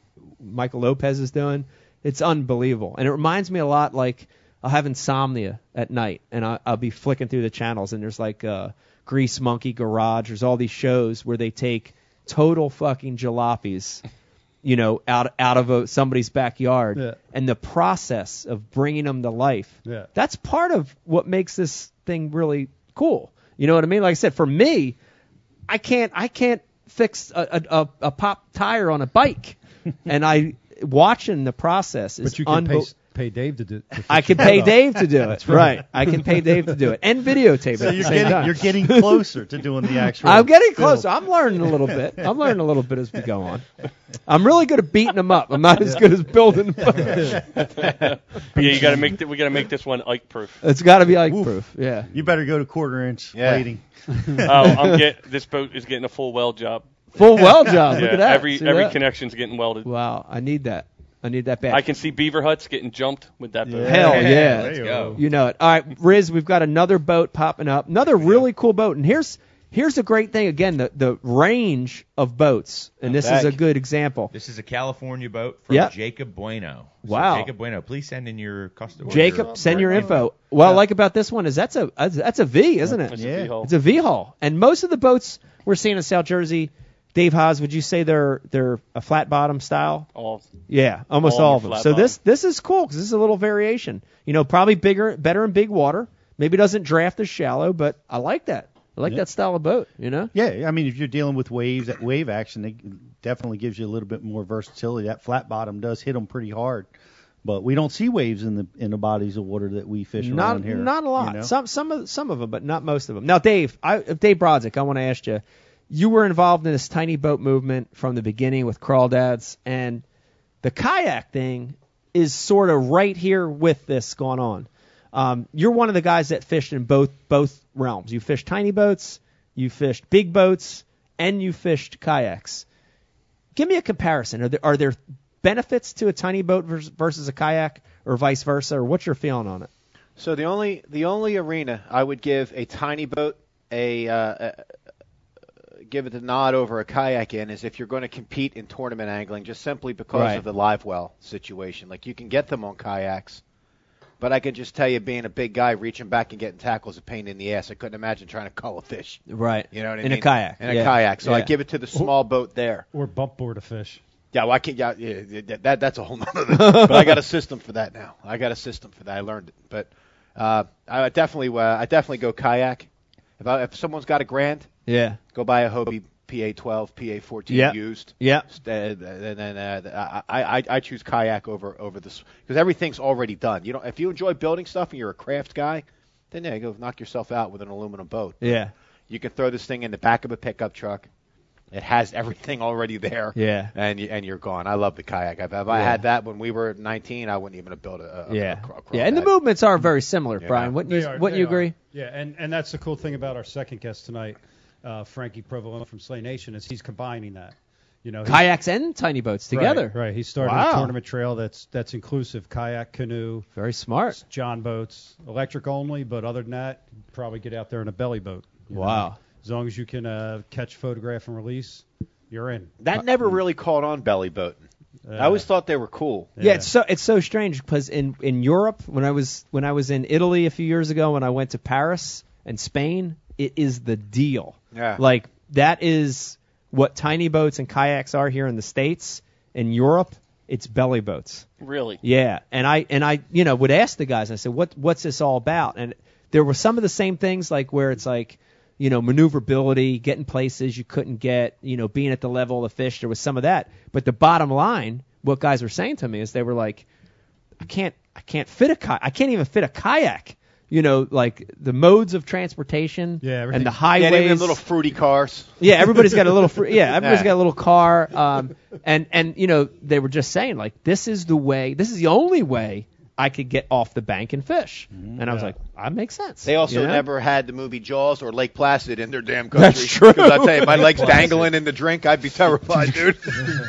Speaker 2: Michael Lopez is doing, it's unbelievable. And it reminds me a lot like I'll have insomnia at night, and I, I'll be flicking through the channels, and there's like uh, Grease Monkey Garage. There's all these shows where they take total fucking jalopies, you know, out out of a, somebody's backyard,
Speaker 7: Yeah.
Speaker 2: and the process of bringing them to life.
Speaker 7: Yeah.
Speaker 2: That's part of what makes this thing really cool. You know what I mean? Like I said, for me, I can't I can't fix a a, a, a pop tire on a bike, and I watching the process is
Speaker 7: but you can pay,
Speaker 2: unbel-
Speaker 7: s- pay Dave to do. to
Speaker 2: I
Speaker 7: fix
Speaker 2: can
Speaker 7: your
Speaker 2: pay
Speaker 7: setup.
Speaker 2: Dave to do it.
Speaker 7: That's
Speaker 2: right. I can pay Dave to do it and videotape it
Speaker 3: So
Speaker 2: at the
Speaker 3: you're
Speaker 2: same
Speaker 3: getting
Speaker 2: time.
Speaker 3: you're getting closer to doing the actual.
Speaker 2: I'm getting
Speaker 3: build.
Speaker 2: closer. I'm learning a little bit. I'm learning a little bit as we go on. I'm really good at beating them up. I'm not as good as building them.
Speaker 4: yeah, you got to make th- we got to make this one Ike proof.
Speaker 2: it's got to be like proof. Yeah.
Speaker 3: You better go to quarter inch
Speaker 4: Yeah.
Speaker 3: plating.
Speaker 4: oh, I'm get this boat is getting a full weld job.
Speaker 2: Full weld job.
Speaker 4: yeah,
Speaker 2: Look at that.
Speaker 4: Every
Speaker 2: See
Speaker 4: every
Speaker 2: that?
Speaker 4: connection's getting welded.
Speaker 2: Wow. I need that. I need that back.
Speaker 4: I can see beaver huts getting jumped with that boat.
Speaker 2: Hell yeah. You know it. All right, Riz, we've got another boat popping up. Another really cool boat. And here's here's a great thing again, the the range of boats. And this is a
Speaker 10: back.
Speaker 2: good example.
Speaker 10: This is a California boat from
Speaker 2: Yep.
Speaker 10: Jacob Bueno. So
Speaker 2: Wow.
Speaker 10: Jacob Bueno, please send in your customer.
Speaker 2: Jacob, send your info. What I like about this one is that's a that's a V, isn't it?
Speaker 10: It's a Yeah. V-hull.
Speaker 2: It's a V hull. And most of the boats we're seeing in South Jersey, Dave Haas, would you say they're they're a flat bottom style?
Speaker 4: All
Speaker 2: Yeah, almost
Speaker 4: All
Speaker 2: all,
Speaker 4: on
Speaker 2: of
Speaker 4: the
Speaker 2: them.
Speaker 4: flat
Speaker 2: So this this is cool because this is a little variation. You know, probably bigger, better in big water. Maybe doesn't draft as shallow, but I like that. I like
Speaker 3: Yeah.
Speaker 2: that style of boat. You know.
Speaker 3: Yeah, I mean, if you're dealing with waves, that wave action, it definitely gives you a little bit more versatility. That flat bottom does hit them pretty hard, but we don't see waves in the in the bodies of water that we fish
Speaker 2: Not
Speaker 3: around here.
Speaker 2: not a lot.
Speaker 3: you know?
Speaker 2: Some some of some of them, but not most of them. Now, Dave, I, Dave Brodzik, I want to ask you. You were involved in this tiny boat movement from the beginning with crawdads, and the kayak thing is sort of right here with this going on. Um, you're one of the guys that fished in both both realms. You fished tiny boats, you fished big boats, and you fished kayaks. Give me a comparison. Are there, are there benefits to a tiny boat vers- versus a kayak, or vice versa, or what's your feeling on it?
Speaker 5: So the only the only arena I would give a tiny boat a, uh, a give it the nod over a kayak in is if you're going to compete in tournament angling, just simply because
Speaker 12: Right.
Speaker 5: of the live well situation. Like you can get them on kayaks, but I can just tell you, being a big guy, reaching back and getting tackles a pain in the ass. I couldn't imagine trying to cull a fish.
Speaker 2: Right.
Speaker 5: You know what I
Speaker 2: In a
Speaker 5: mean?
Speaker 2: kayak,
Speaker 5: In a
Speaker 2: yeah.
Speaker 5: kayak. So I
Speaker 2: Yeah.
Speaker 5: give it to the small boat there.
Speaker 7: Or bump board a fish.
Speaker 5: Yeah, well, I can't. Yeah, yeah, yeah, that- that that's a whole nother. Thing. but I got a system for that now. I got a system for that. I learned it. But uh, I would definitely, uh, I definitely go kayak. If I, if someone's got a grand,
Speaker 2: Yeah.
Speaker 5: go buy a Hobie PA12, PA14
Speaker 2: Yeah.
Speaker 5: used.
Speaker 2: Yeah.
Speaker 5: Uh, and then uh, I, I I choose kayak over over this because everything's already done. You don't if you enjoy building stuff and you're a craft guy, then yeah, go knock yourself out with an aluminum boat.
Speaker 2: Yeah.
Speaker 5: You can throw this thing in the back of a pickup truck. It has everything already there.
Speaker 2: Yeah.
Speaker 5: And you, and you're gone. I love the kayak. If, if I
Speaker 2: Yeah.
Speaker 5: had that when we were 19, I wouldn't even have built a. a
Speaker 2: yeah, yeah, and the movements are very similar, Brian. Wouldn't you,
Speaker 7: They are-
Speaker 2: wouldn't
Speaker 7: they
Speaker 2: you
Speaker 7: are.
Speaker 2: agree?
Speaker 7: Yeah, and, and that's the cool thing about our second guest tonight, uh, Frankie Provolone from Slay Nation, is he's combining that. You know, he-
Speaker 2: Kayaks and tiny boats together.
Speaker 7: Right, right. He started
Speaker 2: Wow.
Speaker 7: a tournament trail that's that's inclusive kayak, canoe.
Speaker 2: Very smart.
Speaker 7: John boats, electric only, but other than that, you'd probably get out there in a belly boat. you know.
Speaker 2: Wow.
Speaker 7: As long as you can uh, catch, photograph, and release, you're in. Uh,
Speaker 5: That never really caught on belly boating. I always thought they were cool.
Speaker 2: Yeah. it's so it's so strange because in in Europe, when I was when I was in Italy a few years ago, when I went to Paris and Spain, it is the deal.
Speaker 5: Yeah.
Speaker 2: Like that is what tiny boats and kayaks are here in the states. In Europe, it's belly boats.
Speaker 4: Really?
Speaker 2: Yeah, and I and I you know would ask the guys. I said, what what's this all about? And there were some of the same things like where it's like you know maneuverability, getting places you couldn't get, you know being at the level of the fish. There was some of that, but the bottom line, what guys were saying to me is they were like, I can't I can't fit a ki- I can't even fit a kayak. You know, like the modes of transportation and the
Speaker 5: Yeah, they
Speaker 2: highways.
Speaker 5: were little fruity cars.
Speaker 2: Yeah, everybody's got a little. Fr- yeah, everybody's
Speaker 5: Yeah.
Speaker 2: got a little car. Um, and and you know they were just saying like this is the way. This is the only way I could get off the bank and fish. And I was like, that makes sense.
Speaker 5: They also
Speaker 2: you know?
Speaker 5: never had the movie Jaws or Lake Placid in their damn country.
Speaker 2: That's true.
Speaker 5: 'Cause I tell you, my legs
Speaker 2: Placid.
Speaker 5: dangling in the drink, I'd be terrified, dude.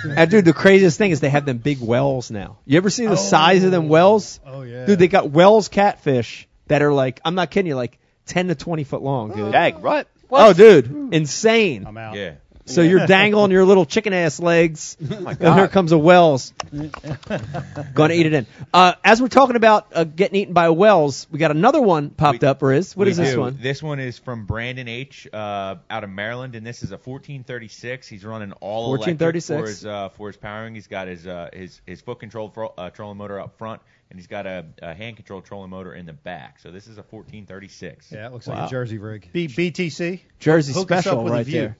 Speaker 2: And dude, the craziest thing is they have them big wells now. You ever see the size of them wells? Oh yeah. Dude, they got wells catfish that are like I'm not kidding you, like 10 to 20 foot long, dude.
Speaker 5: Dag, right?
Speaker 2: Oh, dude, insane. I'm
Speaker 7: out.
Speaker 10: Yeah.
Speaker 2: So you're dangling your little chicken ass legs,
Speaker 1: Oh
Speaker 3: Oh
Speaker 5: my
Speaker 2: and here
Speaker 5: God.
Speaker 2: comes a Wells. Going to eat it in. Uh, as we're talking about uh, getting eaten by Wells, we got another one popped up. Or is what
Speaker 10: We
Speaker 2: is this
Speaker 10: do.
Speaker 2: one?
Speaker 10: This one is from Brandon H. Uh, out of Maryland, and this is a 1436. He's running all electric
Speaker 2: 1436.
Speaker 10: for his uh, for his powering. He's got his uh, his his foot controlled fro- uh, trolling motor up front, and he's got a, a hand controlled trolling motor in the back. So this is a 1436.
Speaker 7: Yeah, it looks
Speaker 10: Wow.
Speaker 7: like a Jersey rig.
Speaker 3: B- BTC.
Speaker 2: Jersey
Speaker 3: Hook us up
Speaker 2: special
Speaker 3: with a
Speaker 2: right
Speaker 3: view.
Speaker 2: there.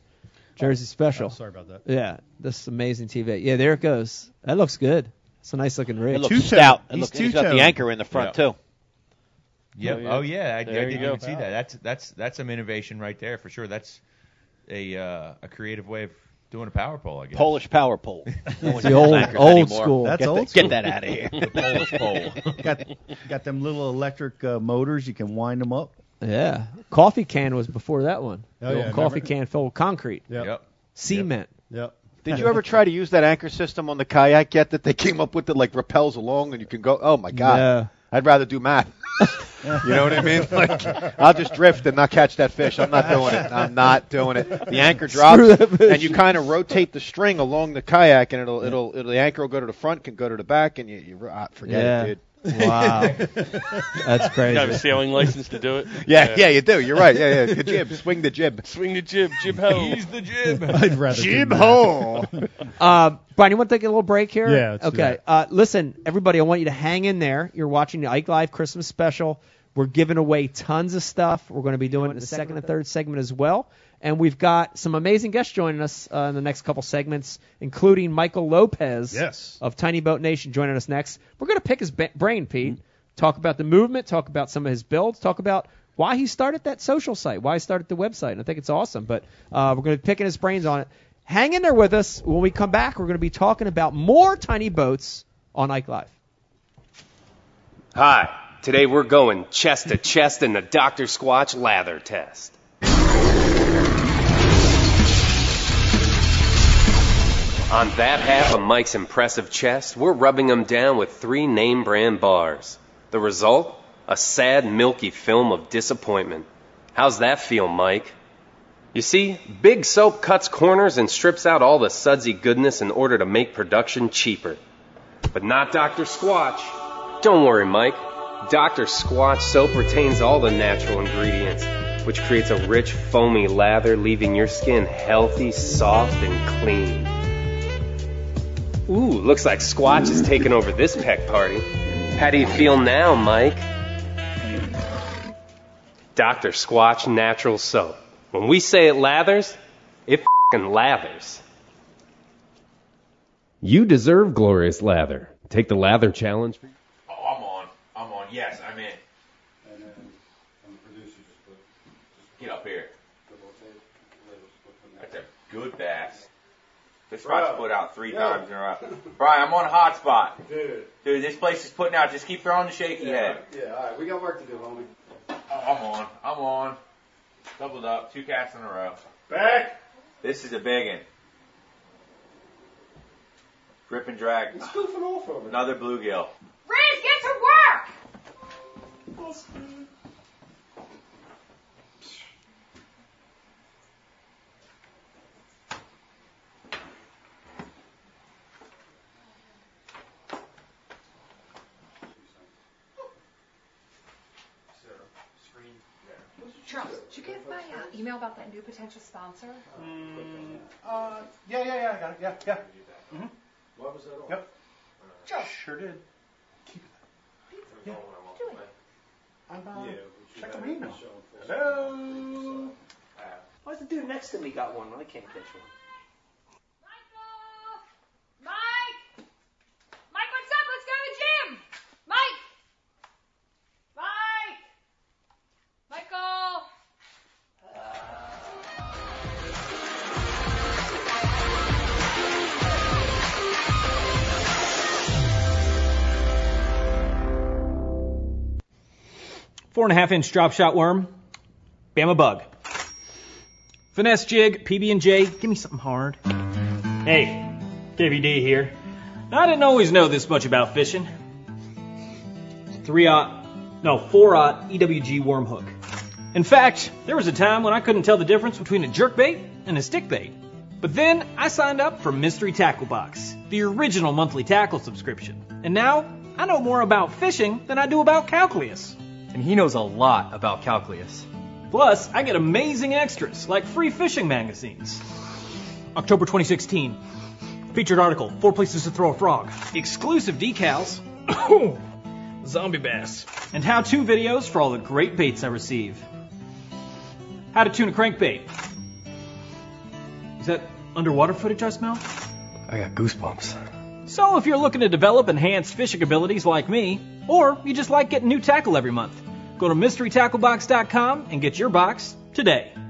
Speaker 2: Jersey special.
Speaker 7: sorry about that.
Speaker 2: Yeah, this is amazing TV. Yeah, there it goes. That looks good. It's a nice looking rig.
Speaker 5: It looks stout. It looks, he's got the anchor in the front too.
Speaker 10: Yep.
Speaker 5: Oh,
Speaker 10: Oh
Speaker 5: yeah.
Speaker 10: yeah, I, I
Speaker 5: There you
Speaker 10: didn't
Speaker 5: go.
Speaker 10: even see that. That's that's that's some innovation right there for sure. That's a uh, a creative way of doing a power pole, I guess.
Speaker 5: Polish power pole.
Speaker 10: No one
Speaker 2: the
Speaker 10: uses
Speaker 2: old-
Speaker 10: anchors
Speaker 2: old
Speaker 10: anymore.
Speaker 2: school.
Speaker 3: That's
Speaker 5: Get
Speaker 3: old
Speaker 5: the-
Speaker 3: school.
Speaker 5: get that outta here. The Polish pole.
Speaker 3: got, got them little electric uh, motors. You can wind them up.
Speaker 2: Yeah, coffee can was before that one.
Speaker 3: Oh,
Speaker 2: The old
Speaker 3: yeah,
Speaker 2: coffee
Speaker 3: remember?
Speaker 2: can filled with concrete.
Speaker 7: Yep.
Speaker 2: Cement.
Speaker 7: Yep.
Speaker 5: Did you ever try to use that anchor system on the kayak yet that they came up with that like repels along and you can go? Oh my god!
Speaker 2: No.
Speaker 5: I'd rather do math. you know what I mean? Like, I'll just drift and not catch that fish. I'm not doing it. I'm not doing it. The anchor drops,
Speaker 2: Screw that fish.
Speaker 5: and you kind of rotate the string along the kayak, and it'll it'll, it'll the anchor will go to the front, can go to the back, and you, you ah, forget it, dude.
Speaker 2: That's
Speaker 4: You
Speaker 2: crazy.
Speaker 4: have a sailing license to do it.
Speaker 5: Yeah, yeah, you do. You're right. Yeah, yeah. The jib, swing the jib.
Speaker 4: Swing the jib, jib ho. Use
Speaker 10: the jib.
Speaker 2: I'd rather do
Speaker 5: jib
Speaker 2: that.
Speaker 5: hole.
Speaker 2: Uh, Brian, you want to take a little break here?
Speaker 5: Yeah, let's do
Speaker 2: okay.
Speaker 5: that.
Speaker 2: Uh, listen, everybody, I want you to hang in there. You're watching the Ike Live Christmas special. We're giving away tons of stuff. We're going to be doing it in the second and third segment as well. And we've got some amazing guests joining us uh, in the next couple segments, including Michael Lopez
Speaker 7: Yes.
Speaker 2: of Tiny Boat Nation joining us next. We're going to pick his ba- brain, Pete. Talk about the movement, talk about some of his builds, talk about why he started that social site, why he started the website. And I think it's awesome. But uh, we're going to be picking his brains on it. Hang in there with us. When we come back, we're going to be talking about more tiny boats on Ike Live.
Speaker 12: Hi, today we're going chest to chest in the Dr. Squatch lather test. On that half of Mike's impressive chest, we're rubbing him down with three name brand bars. The result? A sad, milky film of disappointment. How's that feel, Mike? You see, Big Soap cuts corners and strips out all the sudsy goodness in order to make production cheaper. But not Dr. Squatch. Don't worry, Mike. Dr. Squatch soap retains all the natural ingredients, which creates a rich, foamy lather, leaving your skin healthy, soft, and clean. Ooh, looks like Squatch is taking over this peck party. How do you feel now, Mike? Dr. Squatch Natural Soap. When we say it lathers, it fing lathers. You deserve glorious lather. Take the lather challenge.
Speaker 10: Oh, I'm on. I'm on. Yes, I'm in. Get up here. That's a good bass. This spot's put out three times in a row. Brian, I'm on hotspot.
Speaker 7: Dude.
Speaker 10: Dude, this place is putting out. Just keep throwing the shaky head.
Speaker 7: Yeah, all right. We got work to do, homie.
Speaker 10: Oh, I'm on. I'm on. Doubled up. Two casts in a row.
Speaker 7: Back.
Speaker 10: This is a big one. Rip and drag. It's goofing off over Another bluegill.
Speaker 13: Reese, get to work! Charles, did you get my uh, email about that new potential sponsor?
Speaker 3: Uh, yeah, yeah, yeah, I got it. Yeah, yeah. Mm-hmm.
Speaker 13: What was that on? Uh,
Speaker 3: Yep.
Speaker 13: Joe.
Speaker 3: Sure did. Keep it. Yeah. I'm uh, checking my email. Hello.
Speaker 13: Why the dude next to me got one? I can't catch one. Mike! Mike, what's up? Let's go to the gym! Mike! Mike! Michael!
Speaker 9: Four and a half inch drop shot worm. Bama bug. Finesse jig, PB&J. Give me something hard. Hey, KVD here. I didn't always know this much about fishing. Three aught, no, E four aught EWG worm hook. In fact, there was a time when I couldn't tell the difference between a jerk bait and a stick bait. But then I signed up for Mystery Tackle Box, the original monthly tackle subscription. And now I know more about fishing than I do about calculus. And he knows a lot about calculus. Plus, I get amazing extras like free fishing magazines. October 2016. Featured article Four Places to Throw a Frog. Exclusive decals. Zombie bass. And how to videos for all the great baits I receive. How to tune a crankbait. Is that underwater footage I smell?
Speaker 12: I got goosebumps.
Speaker 9: So, if you're looking to develop enhanced fishing abilities like me, or you just like getting new tackle every month, go to mysterytacklebox.com and get your box today.